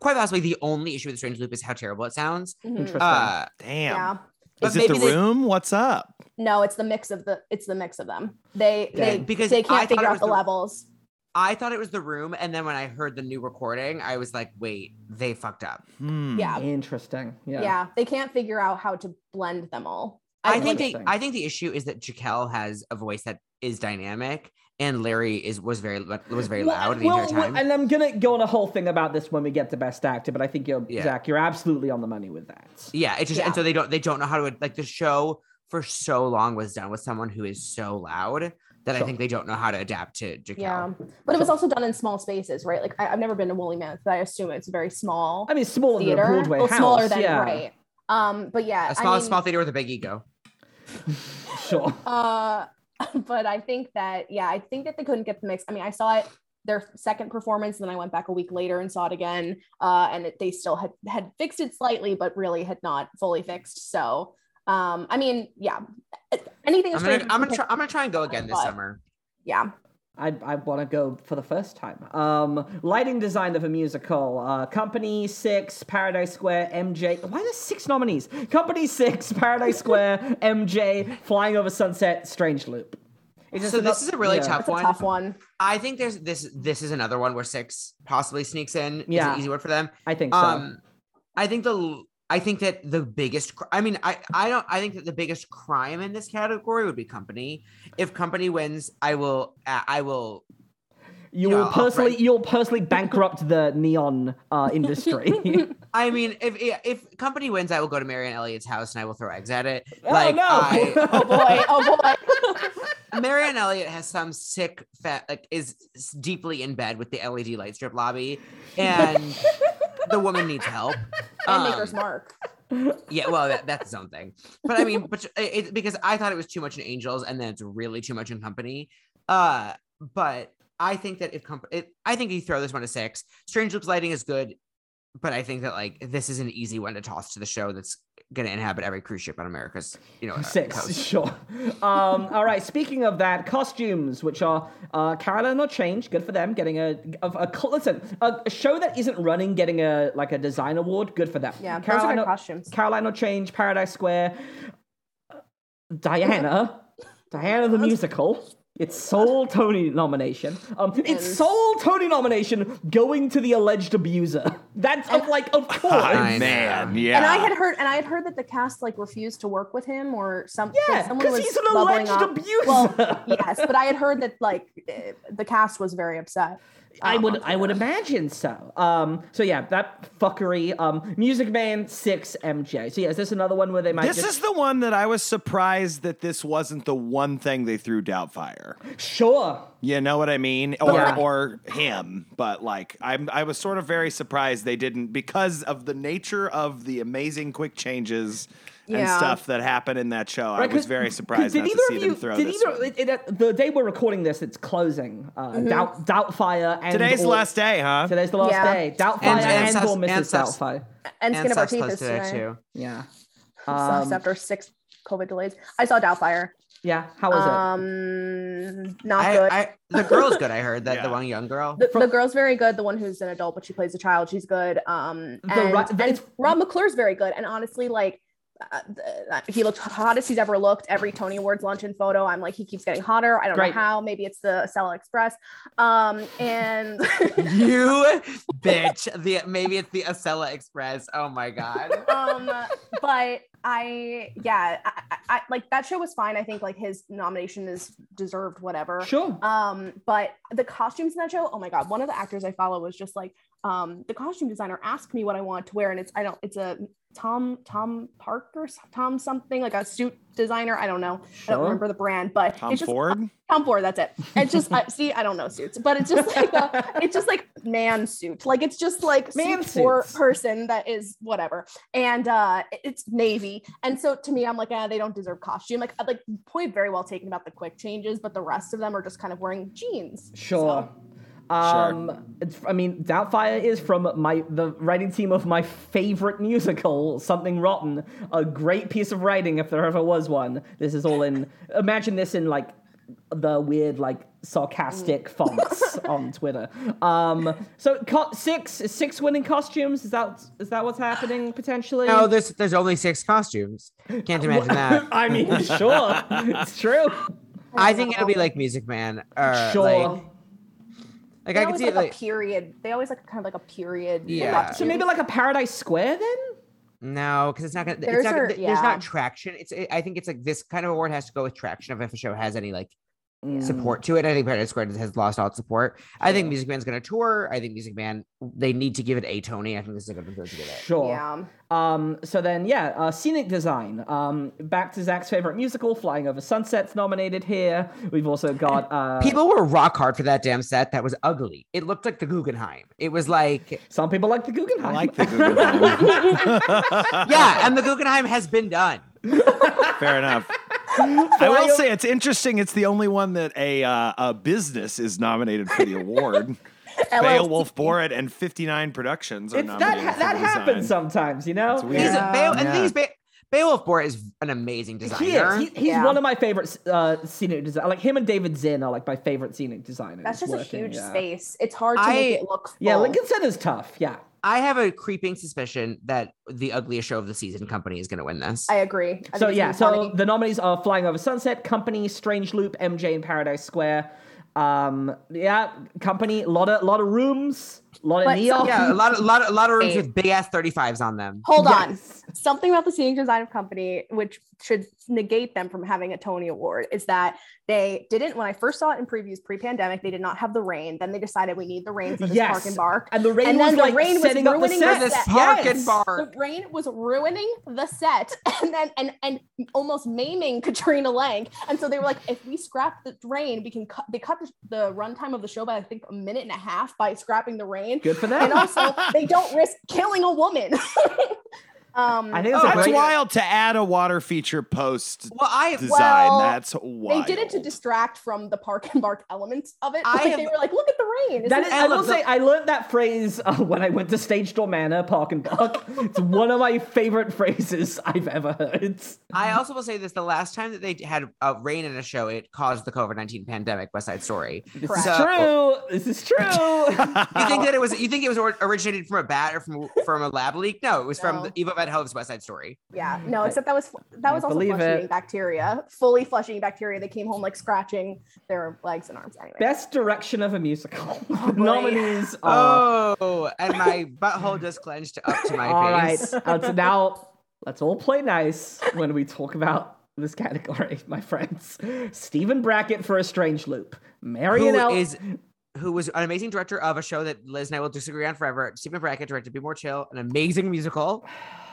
quite possibly the only issue with Strange Loop is how terrible it sounds. Mhm. Interesting. Uh, Damn. Yeah. But Is it the maybe they- room? What's up? No, it's the mix of the it's the mix of them. They Okay. they Because they I can't thought figure it out was the, the- levels. I thought it was the room, and then when I heard the new recording, I was like, "Wait, they fucked up." Hmm. Yeah. Interesting. yeah. Yeah. They can't figure out how to blend them all. I think they, Interesting. I think the issue is that Jaquel has a voice that is dynamic, and Larry is was very was very Well, loud the well, entire time. well, and I'm gonna go on a whole thing about this when we get to best actor, but I think you're Yeah. Zach, you're absolutely on the money with that. yeah, it's just Yeah. and so they don't they don't know how to like the show for so long was done with someone who is so loud that I Sure. think they don't know how to adapt to Jaquel. Yeah. But it was also done in small spaces, right? Like I, I've never been to Woolly but I assume it's very small I mean, smaller theater. than a Broadway well, house. smaller than yeah, right. Um, but yeah, A small I mean, small theater with a big ego. sure. Uh, but I think that yeah, I think that they couldn't get the mix. I mean, I saw it their second performance, and then I went back a week later and saw it again. Uh, and it, they still had had fixed it slightly, but really had not fully fixed. So, um, I mean, yeah, anything. I'm gonna that's strange- I'm gonna try, I'm gonna try and go again this But- summer. Yeah, I, I want to go for the first time. Um, lighting design of a musical. Uh, Company Six, Paradise Square, MJ. Why are there six nominees? Company Six, Paradise Square, MJ, Flying Over Sunset, Strange Loop. It's just So this is ano- a really yeah. tough that's a one. tough one. I think there's this this is another one where six possibly sneaks in. It's Yeah. an easy word for them. I think so. Um, I think the I think that the biggest. cr- I mean, I I don't. I think that the biggest crime in this category would be Company. If Company wins, I will. Uh, I will. you yeah, will I'll personally, friend- you'll personally bankrupt the neon uh, Oh, industry. I mean, if if Company wins, I will go to Marion Elliott's house and I will throw eggs at it. Oh, like no. I, Oh boy, oh boy. Marion Elliott has some sick fat like is s- deeply in bed with the LED light strip lobby, and the woman needs help. and Um, Maker's Mark. Yeah, well, that, that's its own thing. But I mean, but it, it- because I thought it was too much in Angels, and then it's really too much in Company. Uh, but I think that if comp- it, I think you throw this one to six. Strange Loops lighting is good, but I think that like this is an easy one to toss to the show that's gonna inhabit every cruise ship on America's, you know, uh, Six, coast. sure. Um, all right. Speaking of that, costumes, which are uh, Carolina not change. Good for them. Getting a a, a cl- listen a, a show that isn't running getting a like a design award. Good for them. Yeah, those are good Carolina costumes. Carolina not change. Paradise Square. Diana, Diana the musical. Its sole Tony nomination. Um, its And- sole Tony nomination going to the alleged abuser. That's of like of course. I- man, know. yeah. And I had heard, and I had heard that the cast like refused to work with him or something. Yeah, someone 'cause was he's an bubbling alleged up. abuser. Well, yes, but I had heard that like eh, the cast was very upset. I Um, would I would imagine so. Um so yeah, that fuckery. Um Music Man six MJ. So yeah, is this another one where they might this just is the one that I was surprised that this wasn't the one thing they threw Doubtfire. Sure. You know what I mean? Or Yeah. or him, but like I'm I was sort of very surprised they didn't because of the nature of the amazing quick changes and Yeah. stuff that happen in that show. I Right, was 'cause- very 'cause surprised did not to either see of them you- throw did this. either- one. Mm-hmm. it- it- uh, the day we're recording this, it's closing. Uh, Doubt, Doubtfire and Today's or- last day, huh? Today's the last Yeah. day. Doubtfire and, And- and or Sus- Mrs. and Sus- Doubtfire. and Skin of Our Scott's Teeth close is to that, today. Yeah. Sucks Um, after six COVID delays, I saw Doubtfire. yeah. How was Um, not I, good. I, the girl's good. I heard that Yeah. the one young girl. the, the girl's very good. The one who's an adult, but she plays a child. She's good. Um, The and, ri- the- and Rob McClure's very good. And honestly, like, uh, uh, he looked hottest he's ever looked. Every Tony Awards luncheon photo, I'm like, he keeps getting hotter. I don't Great. know how. Maybe it's the Stella Express. Um, and you bitch. The maybe it's the Acela Express. Oh my god. um, but I, yeah, I, I, I, like that show was fine. I think like his nomination is deserved. Whatever. it? Sure. Um, but the costumes in that show, oh my god, one of the actors I follow was just like, um, the costume designer asked me what I wanted to wear, and it's I don't, it's a Tom Tom Parker, Tom something like a suit designer. I don't know, I Sure. don't remember the brand, but Tom it's just Ford? Tom Ford. That's it. It's just I, see, I don't know suits, but it's just like a, it's just like man suit, like it's just like Man suit for suits. person that is whatever, and uh, it- it's navy. And so to me, I'm like, ah, they don't deserve costume. Like, like point very well taken about the quick changes, but the rest of them are just kind of wearing jeans. Sure. Um, it's, I mean, Doubtfire is from my the writing team of my favorite musical, Something Rotten. A great piece of writing, if there ever was one. This is all in. Imagine this in like the weird, like sarcastic fonts on Twitter. Um, so co- six is six winning costumes. Is that is that what's happening potentially? No, Oh, there's there's only six costumes. Can't imagine that. I mean, sure, it's true. I think it'll be like Music Man. Or Sure. Like, like They I could always see like it like a period. They always like kind of like a period. Yeah. so maybe like a Paradise Square then. no, because it's not gonna. It's Theirs not, are- gonna- There's yeah. not traction. It's. I think it's like this kind of award has to go with traction of if a show has any like Mm, support to it. I think Paradise Square has lost all its support. I think Music Man's gonna tour. I think Music Man. They need to give it a Tony. I think this is a good one to get it. Sure. yeah. Um, so then, yeah, uh, scenic design. Um, back to Zach's favorite musical, Flying Over Sunset's nominated here. We've also got uh, People were rock hard for that damn set. That was ugly. It looked like the Guggenheim. It was like some people like the Guggenheim. I like the Guggenheim. yeah, and the Guggenheim has been done. Fair enough. I will say it's interesting. It's the only one that a uh, a business is nominated for the award. Beowulf Borat and 59 Productions are it's, that nominated. ha- for that design. happens sometimes, you know. It's weird. He's Yeah. a Beow- and Yeah. these Be- Beowulf Borat is an amazing designer. Um, He is. He, he's Yeah. one of my favorite uh, scenic design. Like him and David Zinn are like my favorite scenic designers. That's just working, a huge yeah. space. Oh. It's hard to make I- it look full. Yeah, Lincoln Center's tough. Yeah. I have a creeping suspicion that the ugliest show of the season company is going to win this. I agree. I think so it's yeah, really so funny. the nominees are Flying Over Sunset, Company, Strange Loop, MJ, and Paradise Square. Um, yeah, Company, lot of lot of rooms, lot of But- neon. yeah, a lot of lot, a lot of rooms Same. with big ass 35s on them. Hold Yes. on. Something about the scenic design of company, which should negate them from having a Tony Award, is that they didn't. When I first saw it in previews pre-pandemic, they did not have the rain. Then they decided we need the rain for this Yes. park and bark. And the rain And was then the like rain was setting up the ruining the set. set. Park and The bar. rain was ruining the set, and then and and almost maiming Katrina Lang. And so they were like, if we scrap the rain, we can cut. They cut the, the runtime of the show by I think a minute and a half by scrapping the rain. Good for and them. also they don't risk killing a woman. um, I think it's Oh, a that's great. wild to add a water feature post Well, I design. Well, that's wild. they did it to distract from the park and bark elements of it. I Like, have- they were like, look at the rain. That Isn't is, it I will Ella, say, I learned that phrase uh, when I went to Stage Door Manor Park and Buck. it's one of my favorite phrases I've ever heard. I also will say this: the last time that they had uh, rain in a show, it caused the COVID nineteen pandemic. West Side Story. You This Correct. is true. This is true. think that it was? You think it was or- originated from a bat or from from a lab leak? No, it was from No. the Eva Van Hove's West Side Story. Yeah, no, except that was that was also believe flesh it. eating bacteria, fully flesh eating bacteria. They came home like scratching their legs and arms. Anyway, Best direction of a musical. boy. Nominees are. Oh, and my butthole just clenched up to my all right. face. Uh, so now, let's all play nice when we talk about this category, my friends. Stephen Brackett for A Strange Loop. Marion Who El- is who was an amazing director of a show that Liz and I will disagree on forever. Stephen Brackett directed Be More Chill, an amazing musical.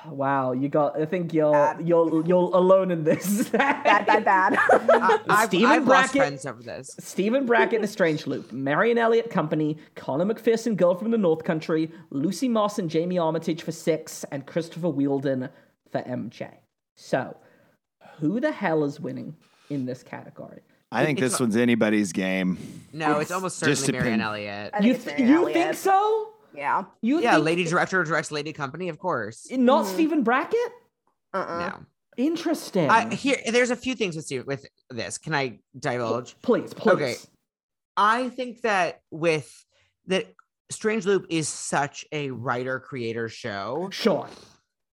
Wow, you got. I think you're Bad. you're you're alone in this. bad, bad, bad. I, I've, Stephen I've lost Brackett- friends over this. Stephen Brackett and the Strange Loop, Marion Elliott Company, Connor McPherson, Girl from the North Country, Lucy Moss and Jamie Armitage for six, and Christopher Wheeldon for MJ. So, who the hell is winning in this category? I think this one's anybody's game. No, it's almost Just certainly a pin. Marianne Elliott. I think You it's th- Marion you Elliott. think so? Yeah. Uh, You Yeah, think lady director directs lady company, of course. not Mhm. Stephen Brackett? uh, Uh-uh. No, Interesting. I, here there's a few things with Steve, with this. Can I divulge? please, please. Okay. I think that with that, Strange Loop is such a writer creator show. Sure.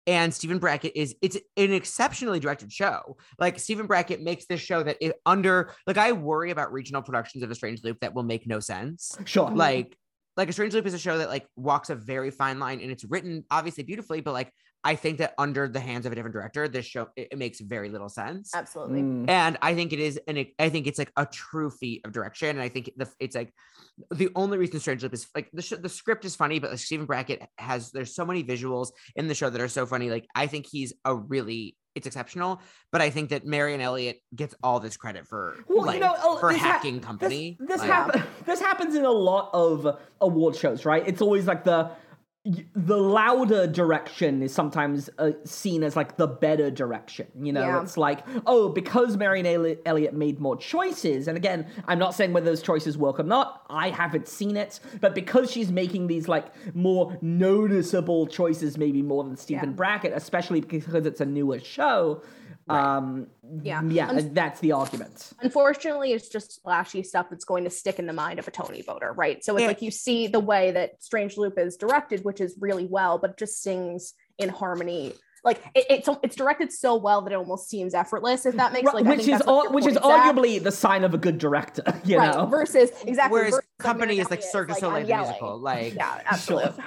and Stephen Brackett is it's an exceptionally directed show. Like Stephen Brackett makes this show that it under like I worry about regional productions of A Strange Loop that will make no sense. Sure. Like like A Strange Loop is a show that like walks a very fine line and it's written obviously beautifully, but like I think that under the hands of a different director, this show it, it makes very little sense. Absolutely. Mm. And I think it is, and I think it's like a true feat of direction. And I think the, it's like the only reason Strange Loop is like the sh- the script is funny, but like Stephen Brackett has there's so many visuals in the show that are so funny. Like I think he's a really it's exceptional, but I think that Marion Elliott gets all this credit for Well, like, you know, oh, for this ha- hacking company. This, this, Like, hap- this happens in a lot of award shows, right? It's always like the y- the louder direction is sometimes uh, seen as like the better direction. You know, Yeah. it's like, oh, because Marion Eli- Elliott made more choices, and again, I'm not saying whether those choices work or not, I haven't seen it, but because she's making these like more noticeable choices, maybe more than Stephen Yeah. Brackett, especially because it's a newer show. Um, Yeah. yeah, Unf- that's the argument. Unfortunately, it's just flashy stuff that's going to stick in the mind of a Tony voter, right? So it's Yeah. like you see the way that Strange Loop is directed, which is really well, but it just sings in harmony. Like it, it's it's directed so well that it almost seems effortless. If that makes Right, like I which think is that's what ar- your which is point at. arguably the sign of a good director, you right know. versus exactly. Whereas versus the company is Marianne like Elliott Cirque du is, Soleil I'm the yelling. musical. Like Yeah, absolutely.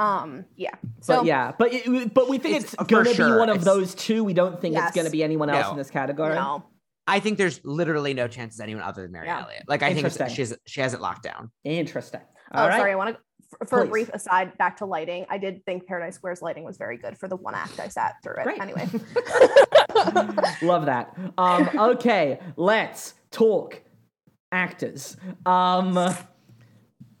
Um, yeah. But So yeah, but it, but we think It's- it's, for gonna sure, be one of it's- those two. We don't think Yes. it's gonna be anyone else No. in this category. no, I think there's literally no chances anyone other than Mary Yeah. Elliott. Like I think it's- she's Interesting. she has it locked down. Interesting. oh, All right. sorry. I want to, for a Please. brief aside, back to lighting. I did think Paradise Square's lighting was very good for the one act I sat through it. Great. Anyway, Love that. Um, okay, let's talk actors. Um,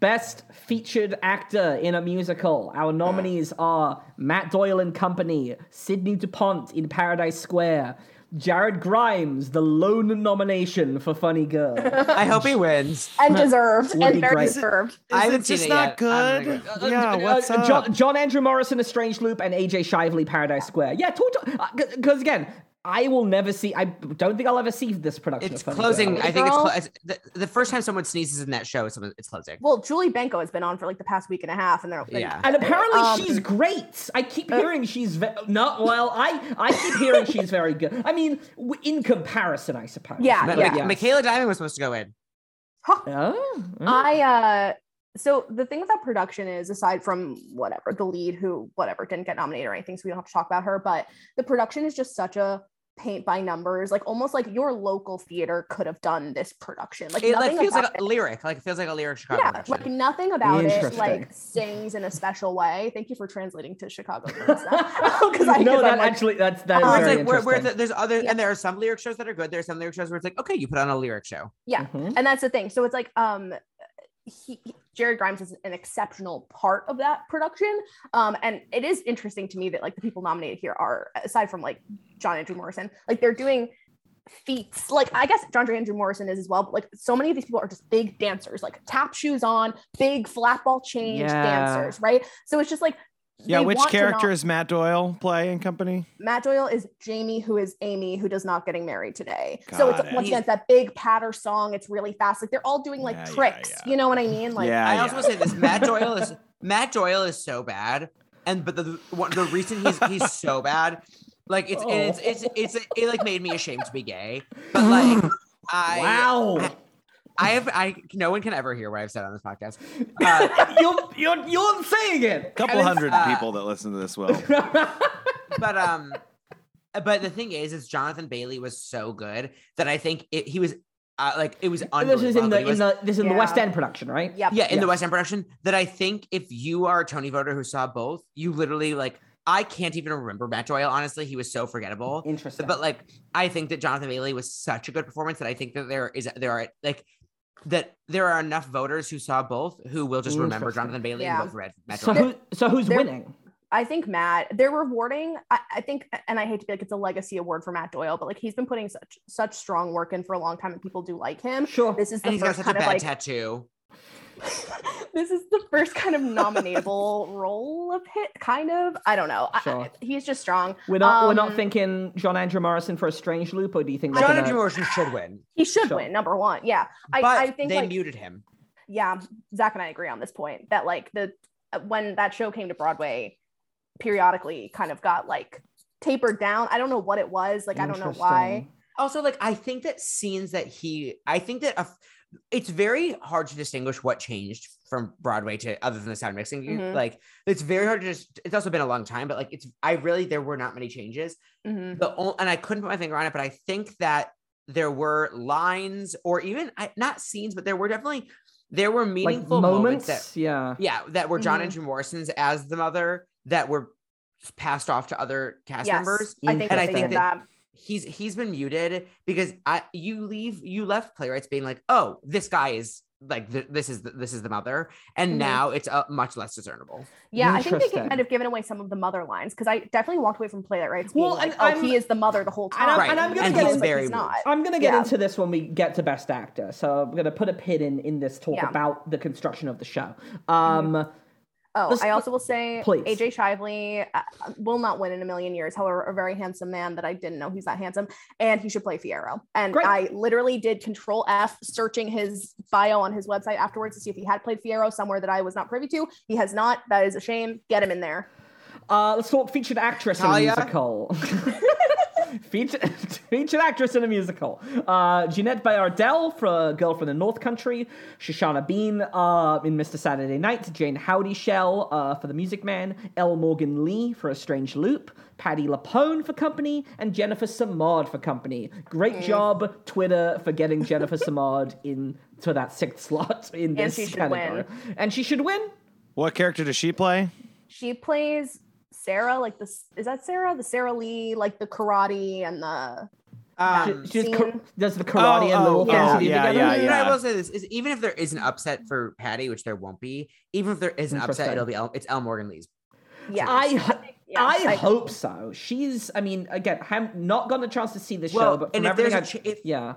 best featured actor in a musical. Hmm. Our nominees are Matt Doyle and Company, Sidney DuPont in Paradise Square, Jared Grimes, the lone nomination for Funny Girl. I hope he wins. and deserved, Would be and very great. deserved. I Is haven't it seen just it not yet. I'm good? gonna yeah, Ah, what's uh, up? John, John Andrew Morrison, A Strange Loop, and AJ Shively, Paradise Square. Yeah, talk to because again, I will never see. I don't think I'll ever see this production. It's of Funny closing. Girl. I think it's, Girl. clo- it's the, the first time someone sneezes in that show. Someone, it's closing. Well, Julie Benko has been on for like the past week and a half, and they're like, Yeah. And apparently Um, uh, she's great. I keep hearing she's ve- not well. I I keep hearing she's very good. I mean, w- in comparison, I suppose. Yeah, Ma- But, Ma- yeah. Michaela Diamond was supposed to go in. Oh, mm. I uh so the thing about production is aside from whatever the lead who whatever didn't get nominated or anything so we don't have to talk about her but the production is just such a paint by numbers like almost like your local theater could have done this production like It nothing like feels about like a it- lyric. Like it feels like a lyric Chicago yeah production. like nothing about it Interesting. like sings in a special way thank you for translating to Chicago because I no, because that I'm like, actually that's that is Um, Where very it's like where, interesting. where the, there's other Yeah. and there are some lyric shows that are good. There's some lyric shows where it's like okay, you put on a lyric show. yeah Mm-hmm. Mhm. and that's the thing so it's like um he, he- jared grimes is an exceptional part of that production um and it is interesting to me that like the people nominated here are aside from like john andrew morrison like they're doing feats like i guess john andrew morrison is as well but like so many of these people are just big dancers like tap shoes on big flat ball change Yeah. dancers right so it's just like yeah, they which want to nom- character is Matt Doyle play in company? Matt Doyle is Jamie, who is Amy, who does not getting married today. so it's Got it. once again it's that big patter song. It's really fast. Like they're all doing like Yeah, yeah, tricks. yeah. You know what I mean? Like Ah, yeah, I yeah. also want to say this: Matt Doyle is Matt Doyle is so bad, and but the one, the reason he's he's so bad, like it's Oh. it's it's it's it like made me ashamed to be gay. But like I wow. I have I no one can ever hear what I've said on this podcast. Uh, you're, you're, you're saying it. couple and it's, hundred uh, people that listen to this will. but um, but the thing is, is Jonathan Bailey was so good that I think it, he was uh, like it was this unbelievable. is that in the he in was- the this is in the West Yeah. End production, right? Yep. yeah in Yeah. the West End production that I think if you are a Tony voter who saw both, you literally like I can't even remember Matt Doyle. Honestly, he was so forgettable. Interesting. But like, I think that Jonathan Bailey was such a good performance that I think that there is there are like that there are enough voters who saw both who will just remember Interesting. Jonathan Bailey Yeah. and both read Matt so Doyle. who, so who's They're- winning? I think Matt, they're rewarding. I, I think, and I hate to be like it's a legacy award for Matt Doyle, but like he's been putting such such strong work in for a long time, and people do like him. Sure. This is the and he's got such a first kind bad of like tattoo. this is the first kind of nominable role of hit. Kind of, I don't know. I- Sure. I, he's just strong. We're not we're not Um, thinking John Andrew Morrison for a strange loop, or do you think they're John gonna- Andrew Morrison should win, He should Sure. win number one. Yeah, I, but I think they like, muted him. yeah, Zach and I agree on this point that like the uh, when that show came to Broadway, periodically kind of got like tapered down. I don't know what it was. Like I don't know why. Interesting. Also, like I think that scenes that he, I think that a, it's very hard to distinguish what changed from Broadway to other than the sound mixing. You- Mhm. Like it's very hard to just. It's also been a long time, but like it's. I really there were not many changes. Mhm. The only, and I couldn't put my finger on it, but I think that there were lines or even I, not scenes, but there were definitely there were Like meaningful moments, moments that yeah. yeah, that were John Mhm. Andrew Morrison's as the mother that were passed off to other cast Yes, members. I think And that I they think did that. He's he's been muted because I you leave you left playwrights being like, oh, this guy is like th- this is the, this is the mother, Mm-hmm. and now it's uh, much less discernible. Yeah, I think they Interesting. can kind of given away some of the mother lines because I definitely walked away from Play That Rights being Well, like, and oh, I'm- he is the mother the whole and I'm- time. and I'm gonna it get seems in- like he's very not. I'm gonna get Yeah. into this when we get to best actor, so I'm gonna put a pin in in this talk Yeah. about the construction of the show. Um, Oh, Let's- I also will say Please. AJ Shively uh, will not win in a million years. However, a very handsome man that I didn't know he's that handsome, and he should play Fiero. And Great. I literally did Control F searching his bio on his website afterwards to see if he had played Fiero somewhere that I was not privy to. He has not. That is a shame. Get him in there. Uh, let's talk featured actress Talia? in a musical. featured, featured actress in a musical. Uh, Jeanette Bayardell for Girl from the North Country. Shoshana Bean uh, in Mr. Saturday Night. Jane Howdy Shell uh, for The Music Man. L. Morgan Lee for A Strange Loop. Patty Lapone for Company. And Jennifer Samard for Company. Great job, Twitter, for getting Jennifer Samard in to that sixth slot in this she should category. And she should win. What character does she play? She plays Sarah, like this. Is that Sarah? The Sarah Lee, like the karate and the. Um, She, she's Scene. kar- does the karate Oh, and the oh, North oh, Country yeah, together. yeah, you know, yeah. what I will say this is even if there is an upset for Patty, which there won't be, even if there is an upset, Interesting. it'll be El- it's El Morgan Lee's. Yeah. I ho- Yeah, I, I- hope so. She's. I mean, again, I'm not gotten a chance to see the show, Well, but from and if everything there's a I've, ch- if, yeah,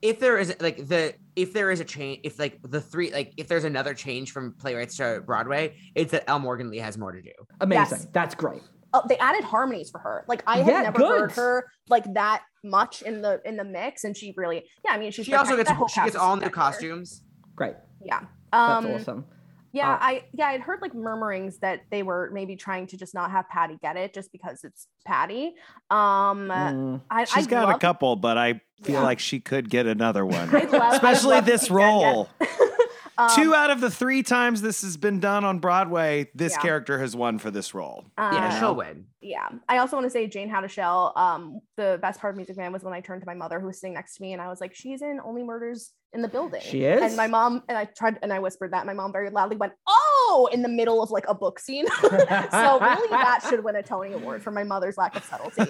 if there is like the if there is a change, if like the three like if there's another change from playwrights to Broadway, it's that El Morgan Lee has more to do. amazing. Yes. That's great. oh, they added harmonies for her. Like I had Yeah, never good. heard her like that much in the in the mix, and she really, yeah. I mean, she's She also spectac- gets that whole she cast gets is all new spectacular. costumes. Great. Yeah. That's Um, awesome. Yeah, Uh, I yeah, I'd heard like murmurings that they were maybe trying to just not have Patty get it just because it's Patty. Um, Mm. I, She's I got love, a couple, but I feel Yeah. like she could get another one, I'd love- I'd especially love to this see Jen get- role. Um, Two out of the three times this has been done on Broadway, this Yeah. character has won for this role. uh, Yeah, she'll win. yeah i also want to say jane how to shell um the best part of music man was when i turned to my mother who was sitting next to me and i was like she's in only murders in the building She is? and my mom and i tried and i whispered that and my mom very loudly went oh in the middle of like a book scene so really that should win a tony award for my mother's lack of subtlety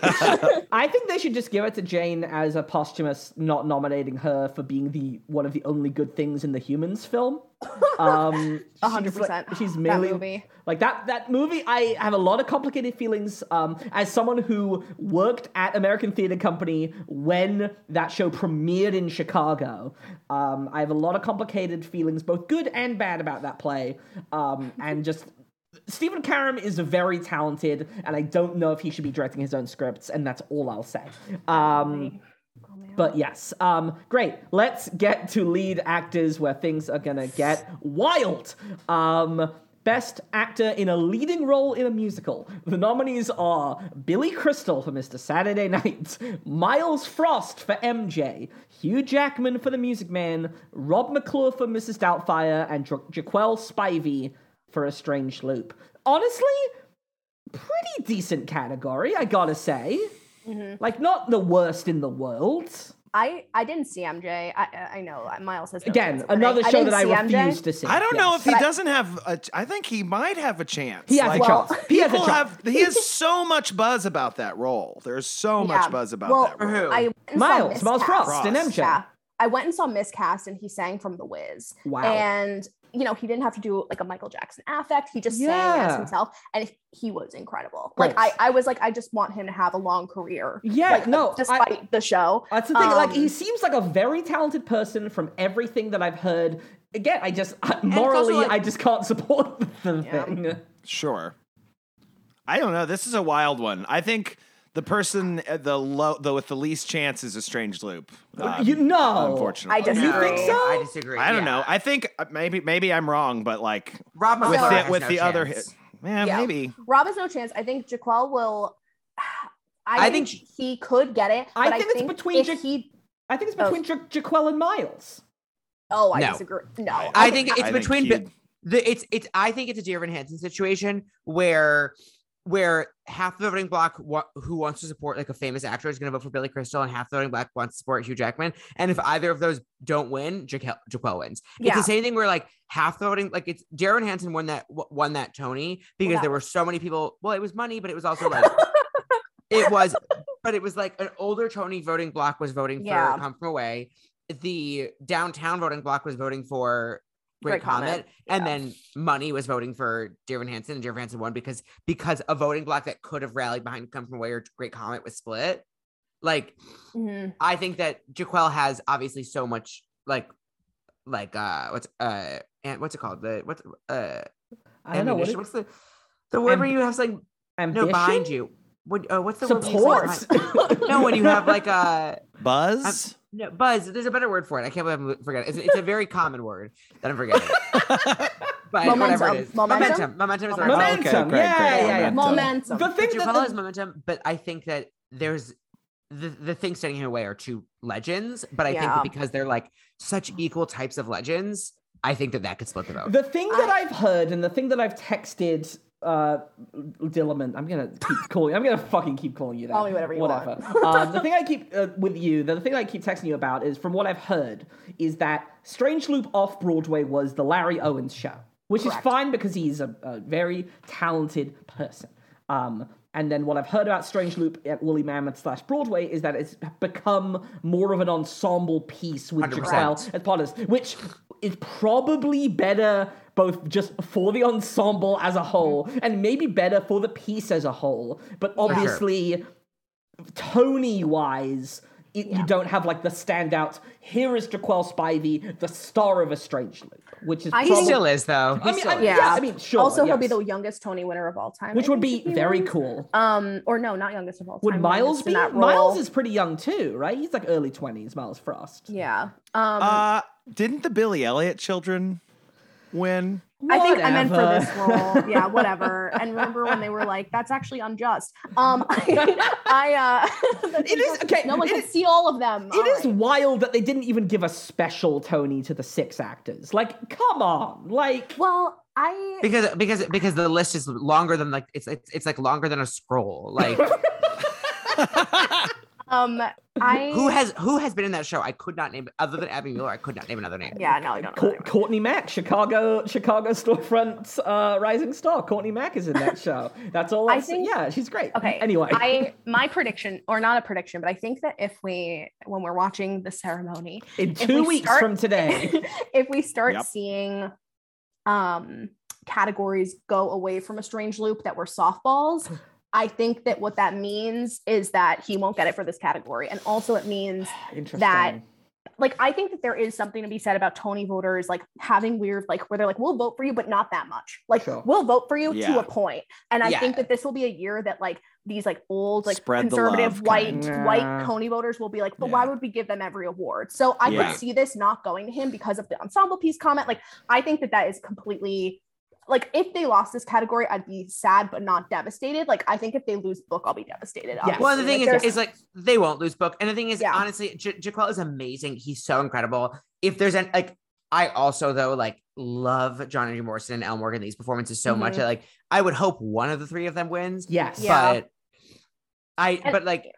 I think they should just give it to Jane as a posthumous, not nominating her for being the one of the only good things in the Humans film. Um, she's A hundred just like- percent. She's That merely movie. like that. That movie, I have a lot of complicated feelings. Um, as someone who worked at American Theatre Company when that show premiered in Chicago, um, I have a lot of complicated feelings, both good and bad, about that play. Um, and just Stephen Karam is very talented, and I don't know if he should be directing his own scripts, and that's all I'll say. Um, but yes, um, great. Let's get to lead actors where things are gonna get wild. Um, best actor in a leading role in a musical. The nominees are Billy Crystal for Mr. Saturday Night, Miles Frost for MJ, Hugh Jackman for The Music Man, Rob McClure for Mrs. Doubtfire, and Ja- Jaquel Spivey for A Strange Loop. Honestly, pretty decent category, I gotta say. Like, not the worst in the world. Mm-hmm. i i didn't see mj i i- i know uh, miles has no Again, chance of another winning. show didn't that I see MJ. refuse to see. I don't know if Yes. he But I- doesn't have a I think he might have a chance. He has a chance. He has a people chance. have he has so much buzz about that role. There's so Yeah. much buzz about Well, that For role. who? I went and saw Miles, Miles Miscast. Frost, and Frost. MJ. Yeah. I went and saw Miscast and he sang from The Wiz. Wow. And, you know, he didn't have to do like a Michael Jackson affect. He just sang Yeah. as himself and he was incredible. Right. Like, I, I was like, I just want him to have a long career. Yeah, like, no, I- Despite the show. That's the thing. like, Um, he seems like a very talented person from everything that I've heard. Again, I just morally, like- I just can't support the Yeah. thing. Sure. I don't know. This is a wild one. I think the person at the low the with the least chance is a strange loop. Uh, Um, you know, unfortunately. I just- You think so? I disagree. I don't know. Yeah. I think uh, maybe maybe I'm wrong, but like Rob with Sorry. McClure the, has with no the other hit, chance. yeah, Yeah. maybe. Rob has no chance. I think Jaquel will. I, I think, think- he could get it. I but think it's between if Jac- he. I think it's between ja- Jaquel and Miles. Oh, I No. disagree. No, I think it's I think between he'd- Bi- the it's it's I think it's a Dear Evan Hansen situation where where half the voting block wa- who wants to support like a famous actor is going to vote for Billy Crystal and half the voting block wants to support Hugh Jackman and if either of those don't win Jaquel, Jaquel wins Yeah. it's the same thing where like half the voting like it's Darren Hansen won that w- won that Tony because that there were so many people well it was money but it was also like it was but it was like an older Tony voting block was voting Yeah. for Come From Away the downtown voting block was voting for Great, Great Comet, Comet, and yeah. then Money was voting for Dear Evan Hansen, and Dear Evan Hansen won because because a voting block that could have rallied behind Come From Away or Great Comet was split. Like Mhm. I think that Jaquel has obviously so much like like uh what's uh and what's it called the what's uh I don't know what ammunition? it, what's the the word Amb- where you have something no ambition? behind you. What uh, what's the word when you say support. behind- no, when you have like uh, a Buzz? no, buzz, there's a better word for it. I can't believe I'm forgetting. It's, it's a very common word that I'm forgetting. But whatever it Momentum. is, momentum, Momentum? momentum is the right Momentum. word. yeah, yeah, yeah. Momentum. the thing But that Jaquel the- has momentum, but I think that there's the the things standing in her way are two legends. But I think Yeah. that because they're like such equal types of legends, I think that that could split the vote. The thing that I've heard and the thing that I've texted uh Dillerman, I'm gonna keep calling. I'm gonna fucking keep calling you that. Call me whatever you whatever. um, the thing I keep uh, with you, the thing I keep texting you about is from what I've heard is that Strange Loop off Broadway was the Larry Owens show, which is fine because he's a, a very talented person. Um, and then what I've heard about Strange Loop at Woolly Mammoth slash Broadway is that it's become more of an ensemble piece with 100%. Jaquel as part of this, which is probably better both just for the ensemble as a whole and maybe better for the piece as a whole. But obviously, Tony wise, it, you don't have like the standout. Here is Jaquel Spivey, the star of a strange loop, which is I he probably- still is though. He I mean, still I is. mean, yeah. I mean, sure. also, he'll be yes. the youngest Tony winner of all time. which I would think, be if he very wins. cool. Um, or no, not youngest of all time. Would Miles youngest in be? that role. Miles is pretty young too, right? He's like early twenties. Miles Frost. Yeah. Um, Uh, didn't the Billy Elliot children win? I think I meant for Whatever. this role. Yeah, whatever. and remember when they were like, "That's actually unjust." Um, I, uh, that It people- is- okay, No one it can is- see all of them. It is wild that they didn't even give a special Tony to the six actors. Like, come on, like. Well, I Because because because the list is longer than like it's it's, it's like longer than a scroll. Like um I who has who has been in that show? I could not name other than Abby Mueller. I could not name another name. yeah no I don't know. Cour- Courtney Mack, Chicago, Chicago storefront, uh, rising star. Courtney Mack is in that show. That's all. I I think, think- yeah, she's great. Okay. Anyway, I my prediction or not a prediction, but I think that if we when we're watching the ceremony, in if two we weeks start- from today, if we start Yep. seeing um categories go away from a strange loop that were softballs i think that what that means is that he won't get it for this category and also it means interesting. that- like i think that there is something to be said about tony voters like having weird like where they're like we'll vote for you but not that much like Sure. we'll vote for you Yeah. to a point and i Yeah. think that this will be a year that like these like old like Spread the conservative love white kind. Yeah. white tony voters will be like but why Yeah. would we give them every award so i Yeah. could see this not going to him because of the ensemble piece comment like i think that that is completely like if they lost this category i'd be sad but not devastated like i think if they lose book i'll be devastated obviously. Well, the Like, thing there's- is, is like they won't lose book. And the thing is, Yeah. honestly, J- Jaquel is amazing. He's so incredible. If there's an like, I also though like love John Andrew Morrison and Al Morgan. These performances so much Mhm. that like I would hope one of the three of them wins. yes, Yeah. But I, And- but like,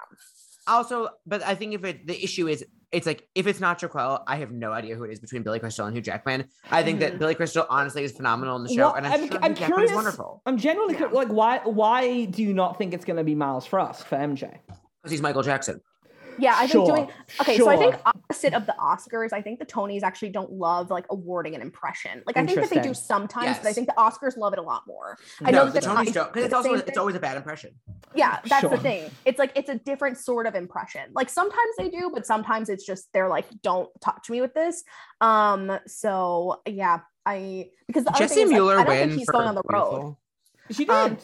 also, but I think if it the issue is. It's like if it's not Jaquel, I have no idea who it is between Billy Crystal and Hugh Jackman. I think that Mhm. Billy Crystal honestly is phenomenal in the show, Well, and I'm, I'm- sure I'm Hugh Jackman curious- is wonderful I'm generally cur- like, why? Why do you not think it's going to be Miles Frost for MJ? because he's Michael Jackson. yeah i Sure. think doing okay so i Sure. think opposite of the oscars i think the tonys actually don't love like awarding an impression like i think that they Interesting. do sometimes but i Yes. think the oscars love it a lot more i no, know the that Tony's joke because it's also same it's thing. always a bad impression. yeah that's Sure. the thing it's like it's a different sort of impression like sometimes they do but sometimes it's just they're like don't talk to me with this um so yeah i because the other Jesse thing is, like, Mueller i don't think win he's for going on the road Beautiful. She did. Um,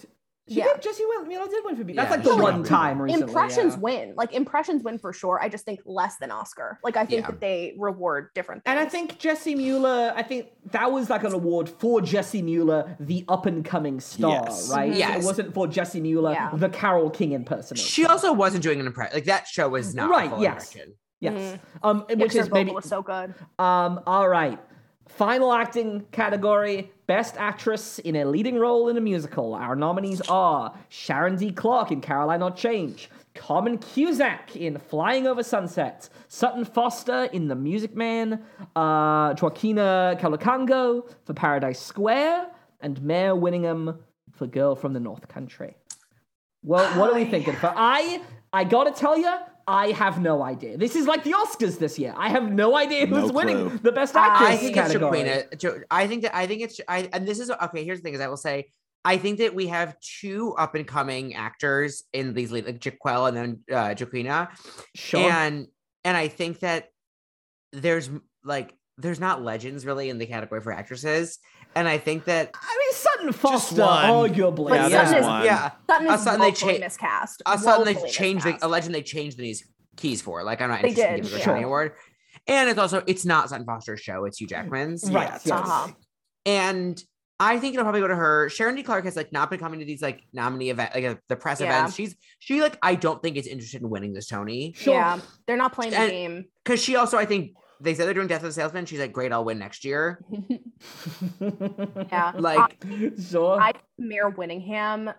she yeah. did. Jesse Will. Mila did win for me. That's Yeah, like the she one did. time recently. impressions yeah. win like impressions win for sure i just think less than oscar like i think Yeah. that they reward different things And I think Jesse Mueller, I think that was like an award for Jesse Mueller, the up and coming star, Yes. right? Yes. It wasn't for Jesse Mueller, Yeah. the Carol King impersonator. She also wasn't doing an impression. Like that show was not Right, a full yes. impression. Yes. Um, Yeah, which 'cause is her vocal maybe. was so good Um, all right. Final acting category Best Actress in a Leading Role in a Musical. Our nominees are Sharon D. Clarke in Caroline Odd Change, Carmen Cusack in Flying Over Sunset, Sutton Foster in The Music Man, uh, Joaquina Calacango for Paradise Square, and Mayor Winningham for Girl from the North Country. Well, what are we thinking? For I, I gotta tell you, I have no idea. This is like the Oscars this year. I have no idea No who's winning clue. the best actress I think category. it's Jacquina. Jo- I think that I think it's I and this is okay. Here's the thing: is I will say I think that we have two up and coming actors in these lead, like Jaquel and then uh, Jaquina, Sure. and and I think that there's like there's not legends really in the category for actresses, and I think that I mean, Sutton Foster, one. arguably. But Yeah, Sutton that's is- one. yeah, Sutton All of is a sudden they woefully cha- miscast. all of a sudden they Woefully changed the, miscast. a legend they changed these keys for. Like I'm not They interested in did, giving her a sure. Tony Award. And it's also it's not Sutton Foster's show, it's Mm, Hugh Jackman's. Right, Yes. yes. Uh-huh. And I think it'll probably go to her. Sharon D. Clark has like not been coming to these like nominee event, like uh, the press Yeah. events. She's she like I don't think is interested in winning this Tony Sure. Yeah, they're not playing the And- game. because she also I think they said they're doing Death of the Salesman. She's like, great, I'll win next year. Mm-hmm. yeah, Like sure. I- Mayor Winningham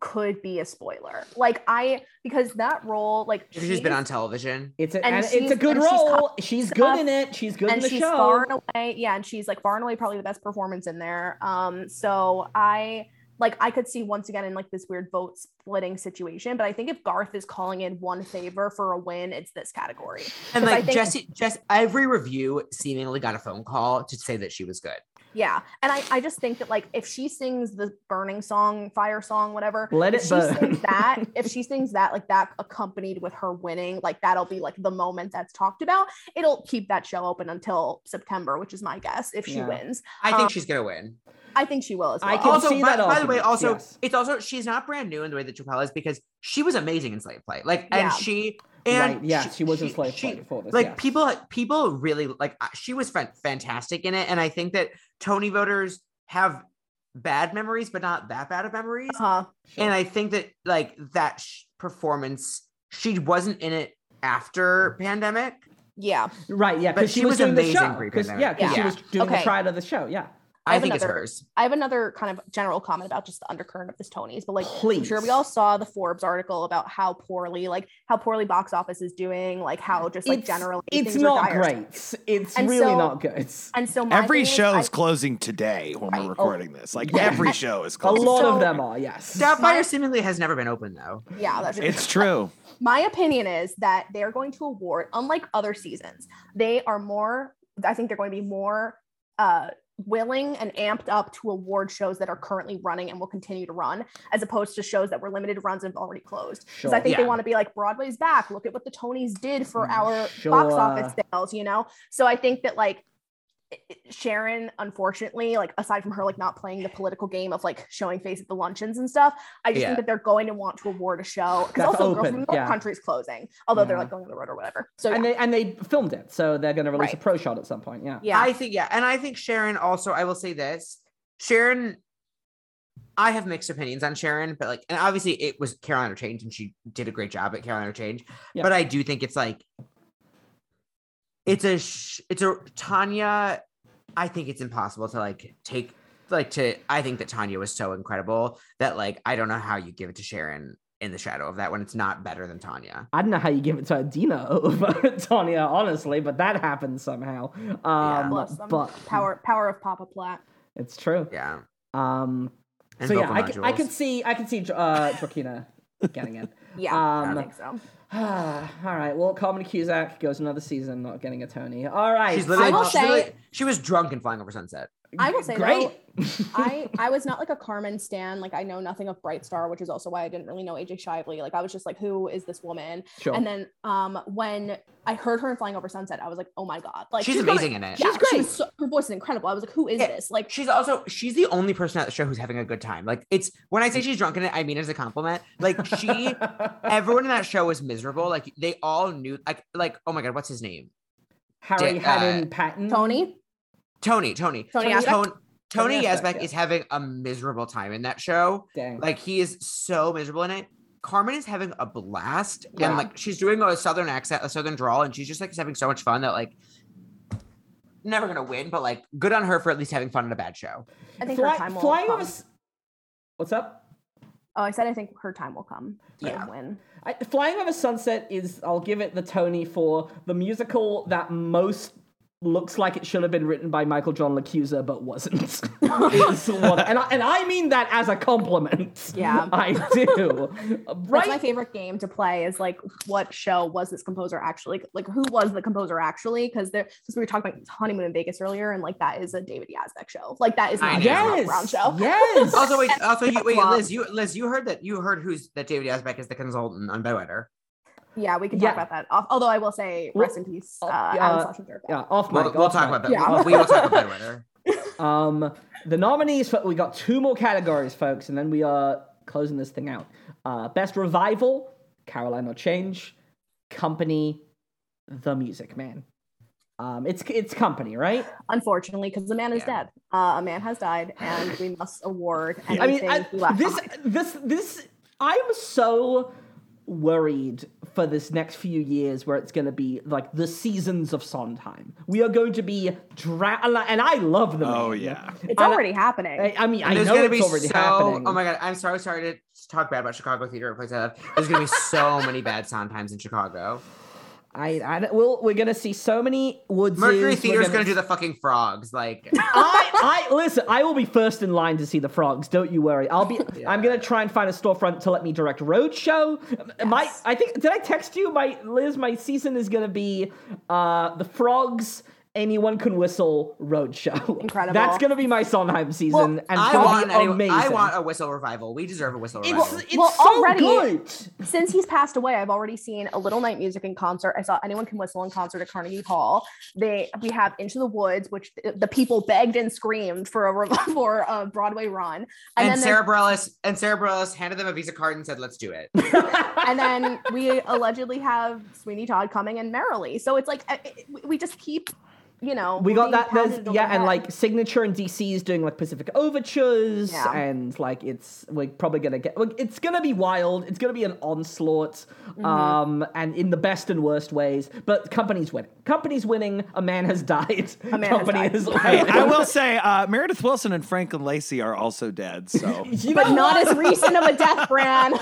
could be a spoiler. Like I because that role, like if she's been on television. it's a, and and it's a she's- good and she's role. hot She's, good stuff, in it. She's good in and the she's show. far and away, yeah, and she's like far and away probably the best performance in there. Um, so I like I could see once again in like this weird vote splitting situation, but I think if Garth is calling in one favor for a win, it's this category. And 'Cause I like think- Jesse, Jess, every review seemingly got a phone call to say that she was good. Yeah, and I I just think that like if she sings the burning song, fire song, whatever, Let if it she burn. sings that if she sings that like that accompanied with her winning, like that'll be like the moment that's talked about. It'll keep that show open until September, which is my guess. If she Yeah. wins, I think Um, she's gonna win. I think she will as well. I can also, see by, that by the way, argument, also yes. it's also she's not brand new in the way that Chappelle is because she was amazing in Slave Play. Like, Yeah. and she and right. Yeah, she, was in slave she- play before this. Like yeah. people, people really like uh, she was fan- fantastic in it, and I think that Tony voters have bad memories, but not that bad of memories. Uh-huh. Sure. And I think that like that sh- performance, she wasn't in it after pandemic. Yeah, right. Yeah, but because she, she was, was doing the amazing show. 'Cause- pre-pandemic. yeah, because she Yeah. was doing the Okay. trial of the show. Yeah. I, have think it's another- hers. I have another kind of general comment about just the undercurrent of this Tony's, but like I'm sure we Please. all saw the Forbes article about how poorly, like how poorly box office is doing, like how just like it's, generally it's things are not dire. great. It's And really so- not good. And so my Every thing is, show I- is closing today when Right. Oh. we're recording this. Like Yeah. every show is A closing. lot So- of them are. Yes. Sapphire seemingly has never been open though. yeah, that's It's true. my opinion is that they're going to award unlike other seasons they are more i think they're going to be more uh willing and amped up to award shows that are currently running and will continue to run as opposed to shows that were limited runs and have already closed because i Sure. think they Yeah. want to be like broadway's back look at what the tonys did for Mm, our Sure. box office sales you know so i think that like it- it- Sharon, unfortunately, like aside from her like not playing the political game of like showing face at the luncheons and stuff, I just Yeah. think that they're going to want to award a show because That's also Girl open, from North yeah. Country's closing, although they're Yeah. like going on the road or whatever. So yeah, And they and they filmed it, so they're going to release a Right. pro shot at some point. Yeah. yeah. I think yeah, and I think Sharon also. I will say this, Sharon. I have mixed opinions on Sharon, but like, and obviously it was Carolina Change, and she did a great job at Carolina Change. Yeah. But I do think it's like, it's a sh- it's a Tanya. I think it's impossible to like take like to. I think that Tanya was so incredible that like I don't know how you give it to Sharon in the shadow of that when it's not better than Tanya. I don't know how you give it to Adina over Tanya, honestly, but that happened somehow. Um, Bless them. but power power of Papa Platt. it's true. Yeah. Um, And so yeah, vocal I, c- I modules. could see I could see uh, Joaquina getting it. Yeah, I Um, think so. all right. Well, Carmen Cusack goes another season not getting a Tony. All right. She's literally, I will she's say- literally- she was drunk and flying over sunset. I will say great. though, I I was not like a Carmen stan. Like I know nothing of Bright Star, which is also why I didn't really know AJ Shively. Like I was just like, who is this woman? Sure. And then um when I heard her in Flying Over Sunset, I was like, oh my god, like she's, going- amazing in it. Yeah, She's she great. was so- her voice is incredible. I was like, who is Yeah. this? Like She's also she's the only person at the show who's having a good time. Like it's when I say she's drunk in it, I mean it as a compliment. Like she, everyone in that show was miserable. Like they all knew. Like like oh my god, what's his name? Harry Di- uh, Haddon Patton. Tony. Tony. Tony. Tony Aspect? Tony, Tony Tony Aspect, Yazbek yeah. is having a miserable time in that show. Dang. Like he is so miserable in it. Carmen is having a blast, Yeah. and like she's doing a southern accent, a southern drawl, and she's just like having so much fun that like never gonna win, but like good on her for at least having fun in a bad show. I think her Fly- time will flying come. over. S- What's up? Oh, I said I think her time will come. to Yeah. Win. I, Flying Over Sunset is, I'll give it the Tony for the musical that most looks like it should have been written by Michael John Lacusa, but wasn't. Is what- and, I, and I mean that as a compliment. Yeah. I do. That's my right? favorite game to play is like what show was this composer actually like who was the composer actually because there because we were talking about honeymoon in Vegas earlier and like that is a David Yazbek show like that is I not a know. James Brown Yes. show Yes. Also, wait. Also, you, wait, Wow. Liz. You, Liz, you heard that. You heard who's that? David Yazbek is the consultant on Bedwetter. yeah we can Yeah. talk about that Al- although I will say Well, rest in peace uh, uh, yeah. Adam Schlesinger. yeah, off mic. We'll, we'll off talk mic. about that. Yeah. We, we will talk about Bedwetter. Um, the nominees for we got two more categories, folks, and then we are closing this thing out. Uh, best revival, Caroline or Change, Company, The Music Man. Um, it's it's Company, right? unfortunately because the man is Yeah. dead uh, a man has died and we must award I anything mean, I, he left this behind. this this I'm so worried for this next few years where it's going to be like the seasons of Sondheim. We are going to be dra- and I love the Oh man. yeah. it's already happening I, I mean, I There's know gonna it's be already so. happening. Oh my god! I'm so sorry to talk bad about Chicago theater and places I love. There's gonna be so many bad sound times in Chicago. I, I don't- well, we're gonna see so many woods. Mercury Theater's gonna do the fucking frogs. Like, I, I listen. I will be first in line to see the frogs. Don't you worry. I'll be. I'm gonna try and find a storefront to let me direct Roadshow. My, I think. Did I text you? My Liz, my season is gonna be uh the frogs. Anyone can whistle Roadshow. Incredible. That's gonna be my Sondheim season, Well, and it's I gonna want, be any- amazing. I want a whistle revival. We deserve a whistle it's revival. it's Well, so already- good. since he's passed away, I've already seen a Little Night Music in concert. I saw Anyone Can Whistle in concert at Carnegie Hall. They we have Into the Woods, which th- the people begged and screamed for a re- for a Broadway run, And, and, then Sarah Bareilles and Sarah Bareilles handed them a Visa card and said, "Let's do it." there- and then we allegedly have Sweeney Todd coming and Merrily. So it's like I- I- we- we just keep, you know, we got being that there's pounded over yeah the and head. like signature and dc is doing like pacific overtures Yeah. and like it's we're probably gonna get like, it's gonna be wild it's gonna be an onslaught Mm-hmm. um and in the best and worst ways but company's winning company's winning a man has died man has company died. is Hey, winning. I will say uh, Meredith Wilson and Franklin Lacey are also dead. So You but know not what? as recent of a death brand.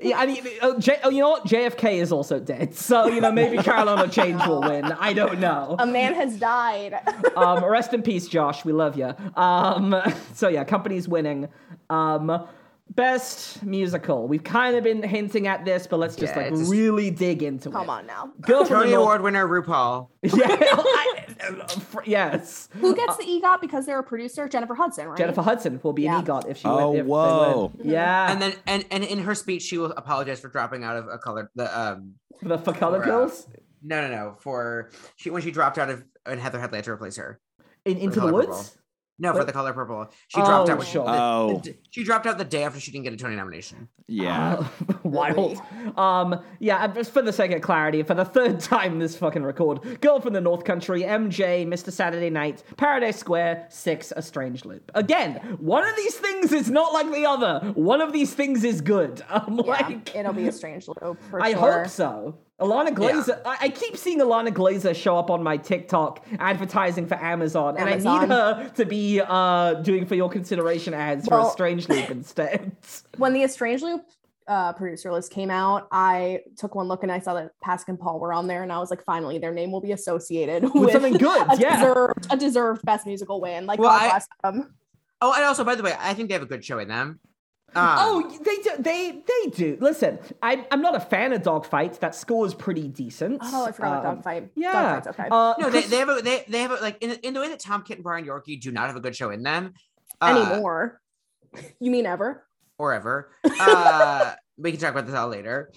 Yeah, I mean, oh, J- oh, you know what? JFK is also dead, so you know maybe Carolina Change will win. I don't know. a man has died. um, rest in peace, Josh. We love you. Um, so yeah, company's winning. Um, best musical. We've kind of been hinting at this, but let's just Yeah, like it's just- really dig into it. Come on now. Girl from Tony the Award winner RuPaul. North- Yeah. I- uh, fr- yes. Who gets the E EGOT because they're a producer? Jennifer Hudson, right? Jennifer Hudson will be Yeah. an EGOT if she. Oh, win, if they whoa. win. Yeah. And then and and in her speech, she will apologize for dropping out of a color. The um the for color Laura. girls no no no for she when she dropped out of and Heather Headley had to replace her. in Into the Color Purple. Woods. No, for What? the color purple. She dropped Oh, out. when she- sure. the- Oh. the- she dropped out the day after she didn't get a Tony nomination. yeah. Wild. Um, yeah, and just for the sake of clarity, for the third time this fucking record, Girl from the North Country, MJ, Mr. Saturday Night, Paradise Square, Six, A Strange Loop. Again, one of these things is not like the other. One of these things is good. I'm like, it'll be a strange loop for I sure. hope so. Alana Glazer, I, I keep seeing Alana Glazer show up on my TikTok advertising for Amazon, Amazon. and I need her to be uh, doing for your consideration ads for Well- A Strange Loop instead. When the Estrange Loop uh, producer list came out, I took one look and I saw that Pascal and Paul were on there, and I was like, finally, their name will be associated with, something good, a yeah. deserved, a deserved best musical win. Like, Well, God I- bless them. Oh, and also by the way, I think they have a good show in them. Um, Oh, they do. They they do. Listen, I, I'm not a fan of dogfights. That score is pretty decent. Oh, I forgot about Um, Dogfight. Yeah. Dogfight's okay. Uh, no, they, Chris- they have a they, they have a, like in, in the way that Tom Kitt and Brian Yorkie do not have a good show in them uh, Anymore. You mean ever? or ever. Uh, we can talk about this all later.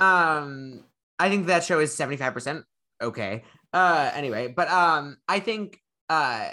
Um, I think that show is seventy five percent okay. Uh, anyway, but um, I think uh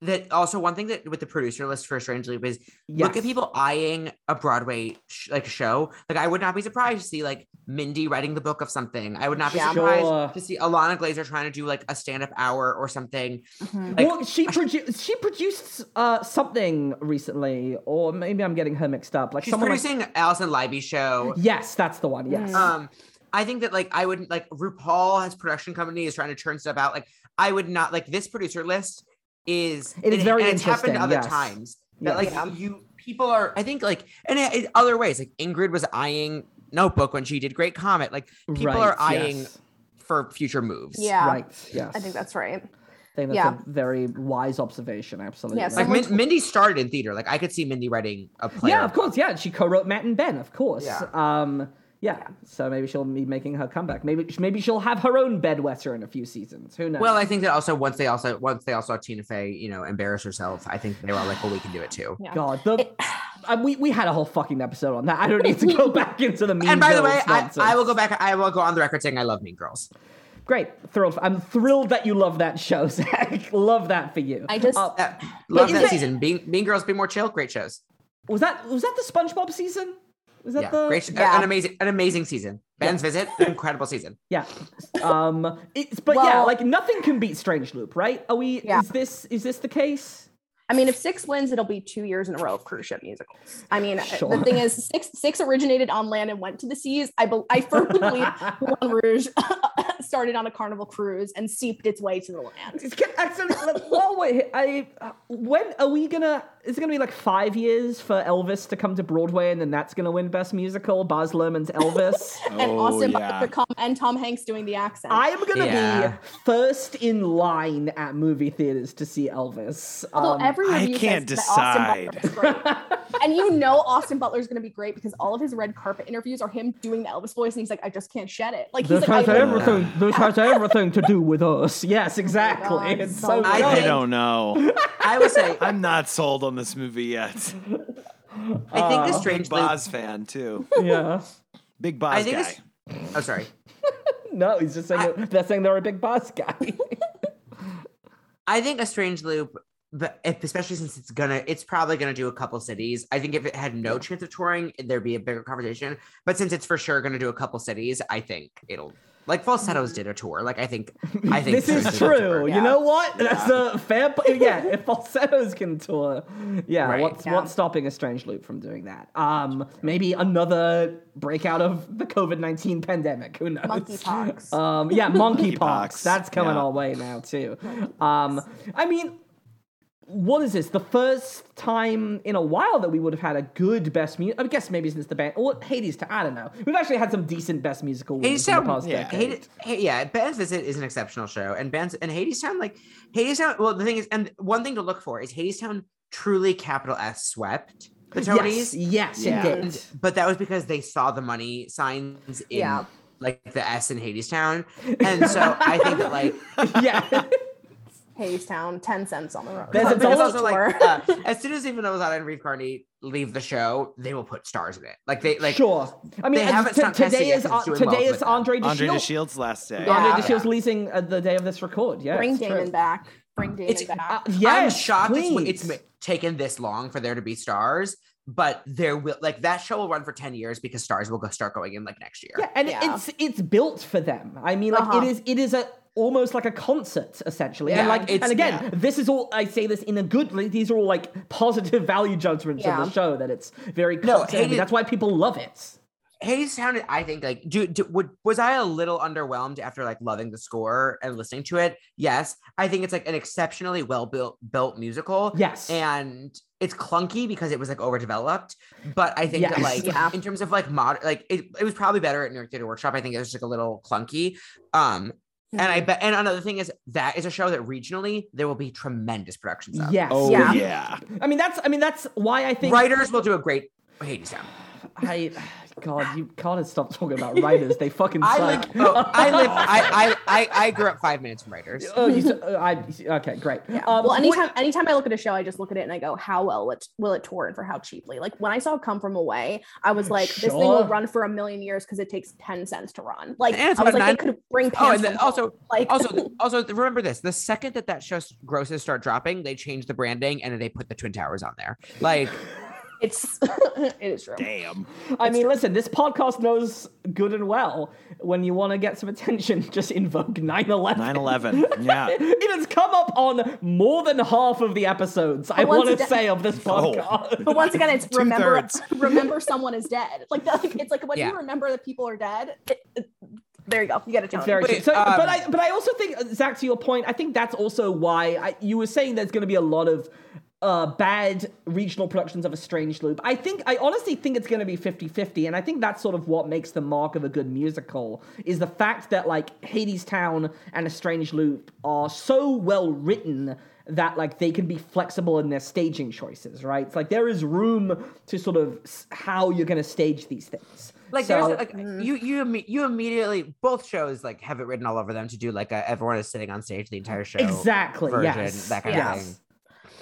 that also one thing that with the producer list for Strange Loop is look at yes. people eyeing a Broadway sh- like show. Like I would not be surprised to see like Mindy writing the book of something. I would not be Yeah. Sure. surprised to see Alana Glazer trying to do like a stand up hour or something. like- Mm-hmm. well, she produced she produced uh, something recently, or maybe I'm getting her mixed up. Like She's someone. like- producing Allison Libby's show. yes, that's the one. Yes. Mm. Um, I think that like I would like RuPaul has production company is trying to churn stuff out. Like I would not like this producer list is It is very and it's happened interesting, other yes. times that Yes. like you people are I think like and it, it- other ways like Ingrid was eyeing Notebook when she did Great Comet. Like people Right, are eyeing yes. for future moves. Yeah. Right. Yes. I think that's right. I think that's yeah. a very wise observation. Absolutely. Yes. Like Min- Mindy started in theater. Like I could see Mindy writing a play. yeah, of course. Yeah, she co-wrote Matt and Ben, of course. Yeah. Um, yeah. So maybe she'll be making her comeback. Maybe maybe she'll have her own bedwetter in a few seasons. Who knows? Well, I think that also once they also once they all saw Tina Fey, you know, embarrass herself, I think they were all like, "Well, we can do it too." Yeah. God, the, uh, we we had a whole fucking episode on that. I don't need to go back into the. Mean And by the way, Girls I, nonsense. I will go back. I will go on the record saying I love Mean Girls. Great, thrilled. I'm thrilled that you love that show, Zach. love that for you. I just- Uh, Yeah, love is that it- season. Being Mean Girls, be more chill. Great shows. was that was that the SpongeBob season? Was that Yeah, the great. sh- Yeah. An amazing, an amazing season. Ben's visit, an incredible season. Yeah. Um. It's, but yeah, Well- like nothing can beat Strange Loop, right? Are we? Yeah. Is this is this the case? I mean, if six wins, it'll be two years in a row of cruise ship musicals. I mean, uh, Sure. the thing is, six six originated on land and went to the seas. I bel I firmly believe Moulin Rouge started on a carnival cruise and seeped its way to the land. It's ca- Actually, like, while we're here, I uh, when are we gonna? Is it gonna be like five years for Elvis to come to Broadway, and then that's gonna win Best Musical? Baz Luhrmann's Elvis. and Oh, Austin yeah. Butler come and Tom Hanks doing the accent. I am gonna Yeah. be first in line at movie theaters to see Elvis. Although Um, every I review can't says that Austin Butler is great. and you know Austin Butler's going to be great because all of his red carpet interviews are him doing the Elvis voice, and he's like, I just can't shed it. Like he's this like, has I every- literally- everything. This has everything to do with us. Yes, exactly. Oh God, it's so so. I good. I think- don't know. I will say, I'm not sold on this movie yet. I think the Oh. Big strange loop. Boz fan too. yeah. Big I Boz think guy. this. Oh, sorry. No, he's just saying they're saying they're a big boss guy. I think a strange loop, but if, especially since it's gonna, it's probably gonna do a couple cities. I think if it had no chance of touring, there'd be a bigger conversation. But since it's for sure gonna do a couple cities, I think it'll like falsettos did a tour. Like I think, I think Mm. this is Strange Loop will true. tour. You know what? That's a fair point. Yeah, if falsettos can tour, yeah, Right. what's Yeah. what's stopping a strange loop from doing that? Um, maybe another breakout of the COVID nineteen pandemic. Who knows? Monkeypox. Um, yeah, monkeypox. That's coming yeah. our way now too. Um, I mean, what is this? The first time in a while that we would have had a good best music. I guess maybe since the band or Hades. To I don't know. We've actually had some decent best musical wins Hades in the Town, past yeah. decade. Hades, Ha- yeah, Ben's Visit is an exceptional show, and Ben's and Hades Town, like Hades Town. Well, the thing is, and one thing to look for is Hades Town truly capital S swept the Tonys, Yes, yes, Yeah. it did. and- but that was because they saw the money signs in Yeah. like the S in Hades Town, and so I think that like yeah. Hayestown, ten cents on the road. There's a because dollar also like uh, tour. as soon as even Ozana and Reeve Carney leave the show, they will put stars in it. Like they like sure. I mean, they and haven't t- stopped testing today it is 'cause it's doing today well is with them. Andre Andre DeShields. DeShields last day. Yeah. Andre DeShields leasing uh, the day of this record. Yeah, Bring it's true. Damon back. Bring Damon It's- back. Uh, I'm yes, shocked please. it's, it's taken this long for there to be stars, but there will like that show will run for 10 years because stars will go start going in like next year. yeah, and Yeah. it's it's built for them. I mean, like it Uh-huh. is it is a almost like a concert essentially. and Yeah, like it's- and again, yeah. this is all I say this in a good. Like, these are all like positive value judgments Yeah. of the show that it's very No, concert. heavy. Hayden- That's why people love it. Hayes sounded, I think, like, do, do would, was I a little underwhelmed after like loving the score and listening to it? Yes, I think it's like an exceptionally well built built musical. Yes. and it's clunky because it was like overdeveloped. But I think that Yes. like Yeah. in terms of like mod, like it, it was probably better at New York Theater Workshop. I think it was just like a little clunky. Um, and I Mm-hmm. bet. And another thing is that is a show that regionally there will be tremendous productions of. Yes. Oh Yeah. yeah. I mean that's I mean that's why I think writers will do a great Hades sound. I God, you gotta stop talking about writers. They fucking I live. suck. oh, I live. I, I I I grew up five minutes from writers. Oh, you, s- uh, I, okay, great. Um, well, what- anytime anytime I look at a show, I just look at it and I go, "How well it, will it tour and for how cheaply?" Like when I saw "Come From Away," I was like, "This thing will Sure. run for a million years because it takes ten cents to run." Like And it's I about was like, nine- "They could bring Oh, pants." and then from also, home. like also, also remember this: the second that that show's grosses start dropping, they change the branding and they put the Twin Towers on there. Like, it's it is true. Damn. I mean, listen, this podcast knows good and well when you want to get some attention, just invoke 9 9 11. 11. Yeah. It has come up on more than half of the episodes, I once want to again- say, of this podcast. But once again, it's remember Two-thirds. remember someone is dead. Like, that, like it's like when Yeah. you remember that people are dead. It, it- there you go. You get a It's tone. very Wait, true. So, um, but I but I also think uh, Zach, to your point, I think that's also why I, you were saying there's going to be a lot of uh, bad regional productions of a strange loop. I think I honestly think it's going to be 50-50 and I think that's sort of what makes the mark of a good musical is the fact that like Hades Town and a strange loop are so well written that like they can be flexible in their staging choices, right? It's like there is room to sort of s- how you're going to stage these things. Like So- mm. there's like you you imme- you immediately both shows like have it written all over them to do like a, everyone is sitting on stage the entire show exactly version yes that kind of yes. thing.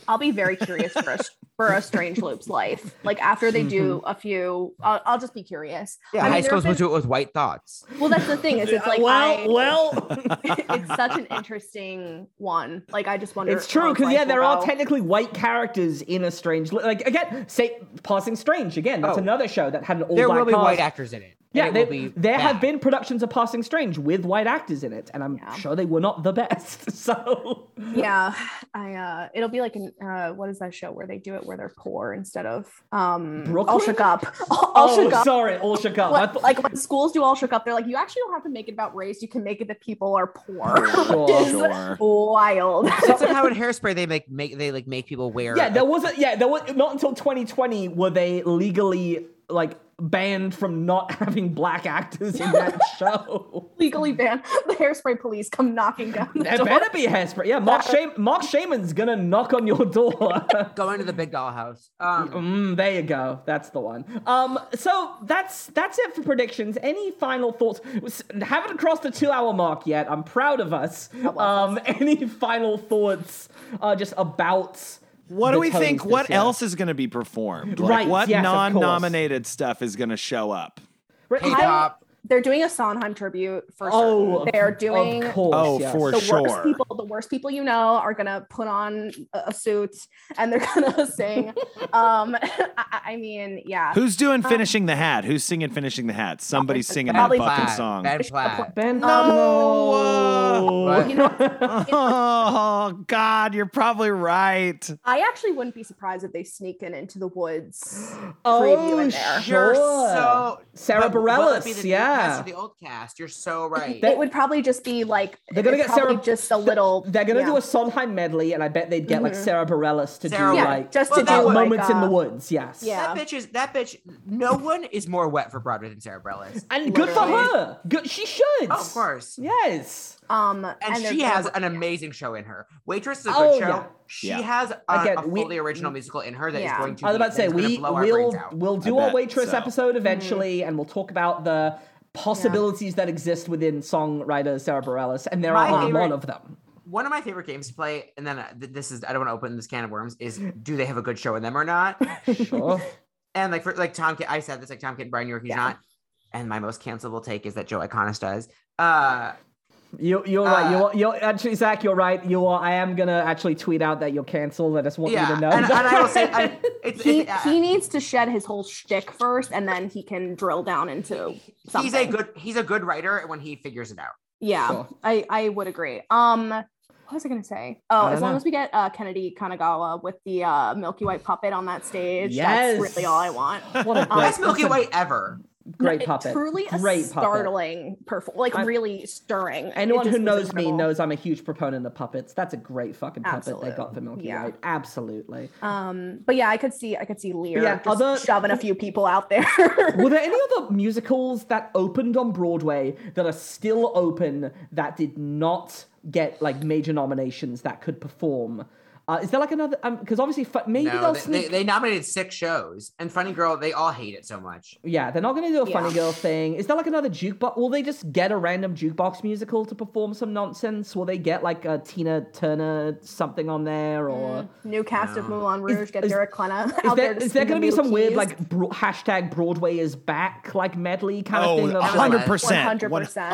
I'll be very curious for a, for a Strange Loop's life. Like after they do a few, I'll, I'll just be curious. Yeah, I mean, high there school's have been- supposed to do it with white thoughts. Well, that's the thing is, it's like well, I- well, it's such an interesting one. Like I just wonder. it's true how because yeah, life there will are go. technically white characters in a strange li- like again, say passing strange again. That's Oh. another show that had an all there black will be cast. white actors in it. and Yeah, it they, will be there have bad. been productions of Passing Strange with white actors in it, and I'm Yeah. sure they were not the best. So Yeah, I. uh It'll be like an uh what is that show where they do it where they're poor instead of um all Brooklyn? shook up, all, all oh, shook up. sorry, all shook up. I Like- thought- like when schools do all shook up, they're like, you actually don't have to make it about race. You can make it that people are poor. Sure, It's sure. Wild. That's like how in hairspray they make make they like make people wear. yeah, a- there wasn't. Yeah, there was not until 2020 were they legally like banned from not having black actors in that show. Legally banned. The hairspray police come knocking down the There door. better be hairspray. Yeah, Mark, Sham- Mark Shaman's gonna knock on your door. going to the big dollhouse. Um, Mm, there you go. That's the one. Um, so that's that's it for predictions. Any final thoughts? S- Haven't crossed the two-hour mark yet. I'm proud of us. Um, any final thoughts? Uh, just about What the do we tones think? this What year? else is going to be performed? Like, Right, What yes, of course. non-nominated stuff is going to show up? Right, K-pop. I- They're doing a Sondheim tribute for oh, certain. of- They're doing Of course, Oh, yes. for the sure. worst people. The worst people you know are gonna put on a a suit and they're gonna sing. Um, I, I- I mean, yeah. Who's doing finishing the hat? Who's singing finishing the hat? Somebody's singing that Ben Probably fucking Platt, song. Ben Platt. Ben. No, no. uh, You know, oh God, you're probably right. I actually wouldn't be surprised if they sneak in into the woods. oh, preview in there. You're sure. so Sarah But will it be Bareilles, the new yeah. cast or the old cast. You're so right. That- it would probably just be like They're gonna it's get Sarah- probably just a little. They're gonna yeah. Mm-hmm. do a Sondheim medley, and I bet they'd get like Sarah Bareilles to Sarah do yeah, like just Well, to that do would- like, moments in the uh, woods. Yes. Yeah. That bitch is that bitch. No one is more wet for Broadway than Sarah Bareilles. And good for Literally. her. Good. She should. Oh, of course. Yes. Um, and, And, they're she gonna- has an amazing show in her. Waitress is a good Oh, show. yeah. She Yeah. has a, Again, a we- fully original musical in her that is Yeah. going to. I was be- about to say that's gonna we blow our brains will out. we'll do I our bet waitress so. Mm-hmm. episode eventually, and we'll talk about the possibilities that exist within songwriter Sarah Bareilles, and there My are a lot favorite- of them. One of my favorite games to play, and then uh, th- this is I don't want to open this can of worms. Is do they have a good show in them or not? Sure. And like for like Tom, Kit- I said this like Tom Kidd, Brian York, he's Yeah. not. And my most cancelable take is that Joe Iconis does. Uh, you, you're right. Uh, You're, you're actually Zach. You're right. You are. I am gonna actually tweet out that you're canceled. I just want yeah, you to and, know. and that. I will say, I, it's, He, it's, uh, he needs to shed his whole shtick first, and then he can drill down into something. he's a good he's a good writer when he figures it out. Yeah, Sure. I I would agree. Um, what was I gonna say? Oh, I as don't long know. as we get uh, Kennedy Kanagawa with the uh, Milky White puppet on that stage, Yes. that's really all I want. what a great, Best Milky that's a Way ever. Great It- puppet. truly a great puppet. startling, perf- like I- really stirring. It Anyone just who was knows me incredible. knows I'm a huge proponent of puppets. That's a great fucking puppet they got Absolute. for Milky Yeah. White. Absolutely. Um, but yeah, I could see I could see Lear yeah, just other- shoving a few people out there. Were there any other musicals that opened on Broadway that are still open that did not get like major nominations that could perform? Uh, is there like another? Because obviously, fu- maybe No, they'll they, sneak. they, they nominated six shows, and Funny Girl, they all hate it so much. yeah, they're not going to do a funny Yeah. girl thing. Is there like another jukebox? Will they just get a random jukebox musical to perform some nonsense? Will they get like a Tina Turner something on there or? New cast of Moulin Rouge, get is- Derek Klena Is out there, there. to is there sing the going to be some weird Milkies. like bro- hashtag Broadway is back like medley kind of Oh, thing? of, like- 100%. 100%.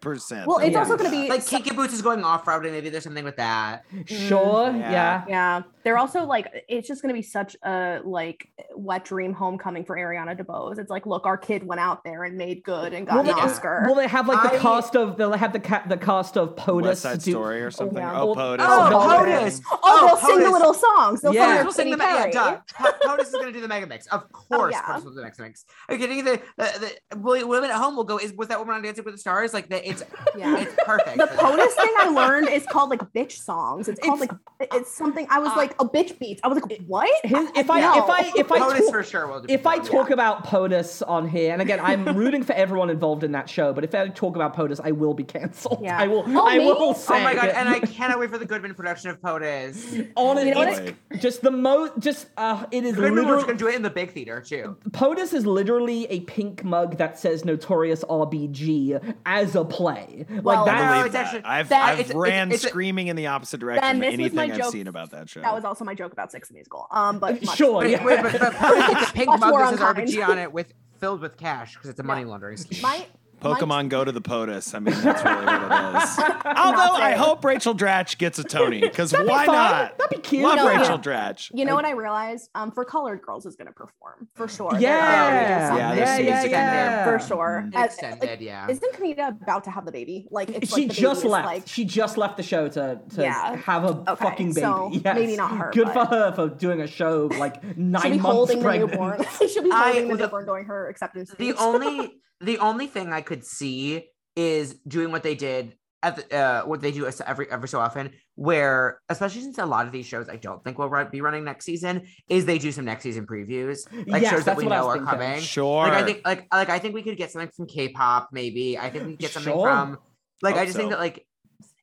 100%. Well, it's Yeah. also going to be Like Kinky Boots is going off route, and maybe there's something with that. sure, Yeah. yeah. Yeah, they're also like it's just gonna be such a like wet dream homecoming for Ariana DeBose. It's like, look, our kid went out there and made good and got Will an they, Oscar. will they have like the I- cast of? They'll have the ca- the cast of POTUS. West Side do- Story or something. yeah. Oh, Oh, POTUS. oh, Milky Way. POTUS. oh, they'll sing the POTUS. little songs. They'll Yeah. sing their We'll sing Katy the ma- yeah, Perry. duh. Po- POTUS is going to do the mega mix. Of course, Oh, yeah. POTUS will do the mega mix. Are you kidding? The, the, the wo- women at home will go. Is was that woman on Dancing with the Stars? Like that? It's Yeah. it's perfect. The for that. POTUS thing I learned is called like bitch songs. It's called like it's that's something I was like a bitch beats. I was like, what? His- if I if I if I POTUS talk- for sure will do if I POTUS, talk about POTUS on here, and again, I'm rooting for everyone involved in that show, but if I talk about POTUS, I will be cancelled. Yeah. I will. Oh, I me? will Oh say. Oh my god! it. And I cannot wait for the Goodman production of POTUS. honestly, You know what it's just the most. Just uh, it is Goodman was literally. gonna do it in the big theater too. POTUS is literally a pink mug that says "Notorious RBG" as a play. Well, like I that. No, believe it's that. actually- I've, that- I've it's- it's- ran it's- screaming in the opposite direction Ben, of this was my anything I've joke. seen about that show. that was also my joke about Six the Musical. Um, but much- Sure. But, yeah. wait, but, but POTUS is a pink Much mug more that says unkind. RBG on it with filled with cash because it's a money Yeah. laundering scheme. My Pokemon my- Go to the POTUS. I mean, that's really what it is. Although I fair. hope Rachel Dratch gets a Tony, because That'd be why fun. not? That'd be cute. Love No, Rachel yeah. Dratch. you know what I realized? Um, for Colored Girls is going to perform for sure. They're already doing Yeah. something. Yeah, yeah, there's yeah, music in yeah. there. for sure. uh, As- Extended, like, yeah. Isn't Kaneda about to have the baby? Like, it's she like the baby just is, left. Like, she just left the show to, to Yeah. have a Okay, fucking baby. so yes. maybe not her, Good for but- her for doing a show like should nine be months holding pregnant. the newborn. she should be I- holding the the- newborn during her acceptance. the speech. only the only thing I could see is doing what they did at the, uh, what they do as- every every so often, where especially since a lot of these shows I don't think will run, be running next season, is they do some next season previews, like Yes, shows that that's we what I know was are thinking. coming. Sure. Like I think like like I think we could get something from K-pop maybe. I think we could get something Sure. from like I Hope just think so. that like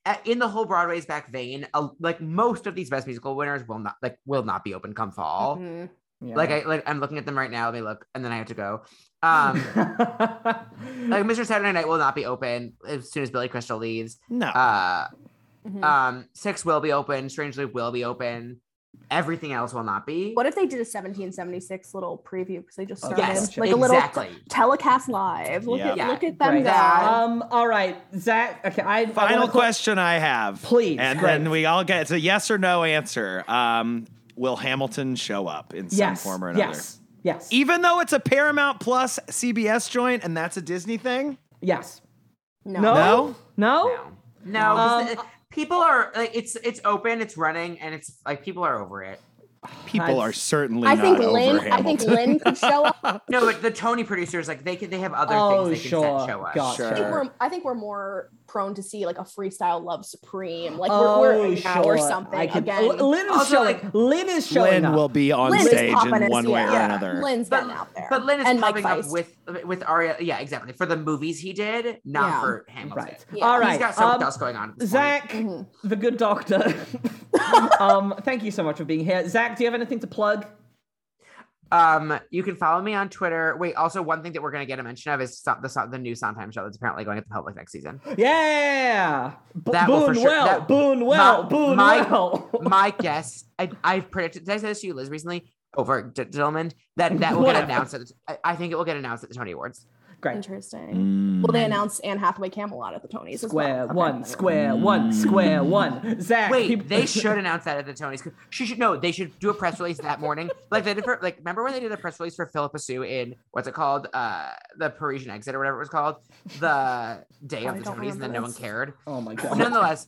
a- in the whole Broadway's back vein, a- like most of these best musical winners will not like will not be open come fall. Mhm. Yeah. Like I like I'm looking at them right now. Let me look, and then I have to go. Um, like Mr. Saturday Night will not be open as soon as Billy Crystal leaves. no. Oh. Uh, Mhm. um, Six will be open. Strangely will be open. Everything else will not be. What if they did a 1776 little preview because they just Oh, started yes, like exactly. a little telecast live? Look at Yeah. look at them Great. go. Um. All right, Zach. Okay. I I Final wanna cl- question I have. Please, And great. then we all get it's a yes or no answer. Um, will Hamilton show up in some Yes. form or another? E- yes. Yes. Even though it's a Paramount Plus CBS joint and that's a Disney thing? yes. No. No. No? No. No, no. Um, 'cause uh, the- people are like it's it's open. It's running, and it's like people are over it. People I've- are certainly I not think over Lynn. I Hamilton. think Lynn could show up. I No, but the Tony producers like they could they have other Oh, things they can sure. set, show us. Gotcha. Sure. think we're I think we're more prone to see like a freestyle Love Supreme, like we're, Oh, we're in now or sure. something. Oh, I could, Again, L- Lynn is Also, showing. like- Lynn is showing Lynn up. will be on Lynn's stage popping in us, one way or yeah. another. Lynn's But, been out there. but Lynn is and Mike popping up Feist. with with Aria. Yeah, exactly. For the movies he did, not Yeah. for Hamilton. Right. Yeah. All right. He's got something um, else going on. at this point. Zach, Mm-hmm. the good doctor. um, thank you so much for being here. Zach, do you have anything to plug? Um, you can follow me on Twitter. Wait, also one thing that we're gonna get a mention of is so- the so- the new Sondheim show that's apparently going at the public next season. Yeah. B- That will boon for sure- well, that- boon well, my- boon my- well. My guess, I I predicted. Did I say this to you, Liz, recently? Over D- Dillman, that that will get Whatever. announced. At the, I, I think it will get announced at the Tony Awards. Great. Interesting. Well, they announced Anne Hathaway Camelot at the Tonys. as Mm. Square well. Okay. one, square one, square one. Zach, Mm. Wait, people- they should announce that at the Tonys. 'cause She should no. They should do a press release that morning, like they did for like. Remember when they did a press release for Philippa Sue in what's it called, uh, the Parisian Exit or whatever it was called, the day I of the don't Tonys, and then remember no one this. cared. Oh my god. Nonetheless,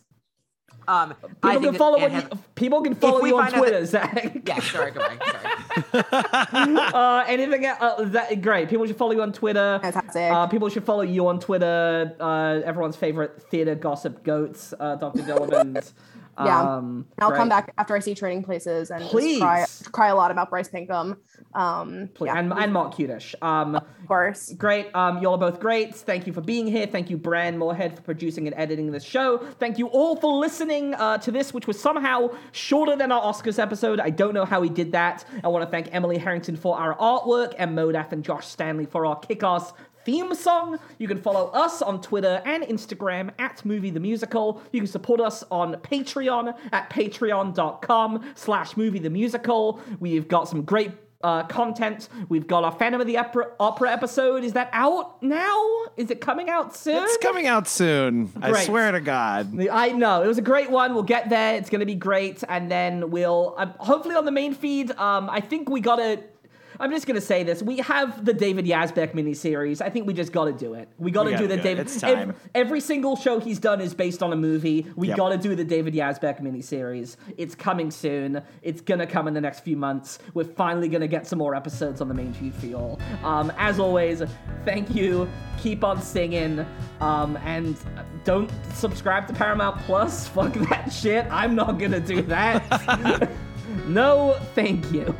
um, I people think can that follow Anne what Hath- you, people can follow we you on find out that- Twitter, Zach. Yeah, sorry, goodbye. Sorry. uh, anything else? Uh, that, great. People should follow you on Twitter. Fantastic. Uh, people should follow you on Twitter. Uh, everyone's favorite theater gossip goats, uh, Dr. Delavan's. Yeah. Um, I'll come great. back after I see Trading Places and just Please. cry, cry a lot about Bryce Pinkham. Um, Please. yeah, And, and Mark Kudish. Um, of course. great. Um, y'all are both great. Thank you for being here. Thank you, Bran Moorhead, for producing and editing this show. Thank you all for listening uh, to this, which was somehow shorter than our Oscars episode. I don't know how we did that. I want to thank Emily Harrington for our artwork and Modaf and Josh Stanley for our kick-ass theme song. You can follow us on Twitter and Instagram at Movie the Musical. You can support us on Patreon at patreon.com slash movie the musical. We've got some great uh, content. We've got our Phantom of the Opera, Opera episode. Is that out now? Is it coming out soon? It's coming out soon. I Great. swear to God. I know it was a great one. We'll get there. It's going to be great, and then we'll um, hopefully on the main feed. Um, I think we got to. I'm just going to say this: we have the David Yazbek miniseries. I think we just got to do it. We got We to gotta do the do it. David. It's time. ev- Every, single show he's done is based on a movie. We Yep. got to do the David Yazbek miniseries. It's coming soon. It's going to come in the next few months. We're finally going to get some more episodes on the main feed for y'all. Um, as always, Thank you. Keep on singing. Um, and don't subscribe to Paramount Plus. Fuck that shit. I'm not gonna do that. no, thank you.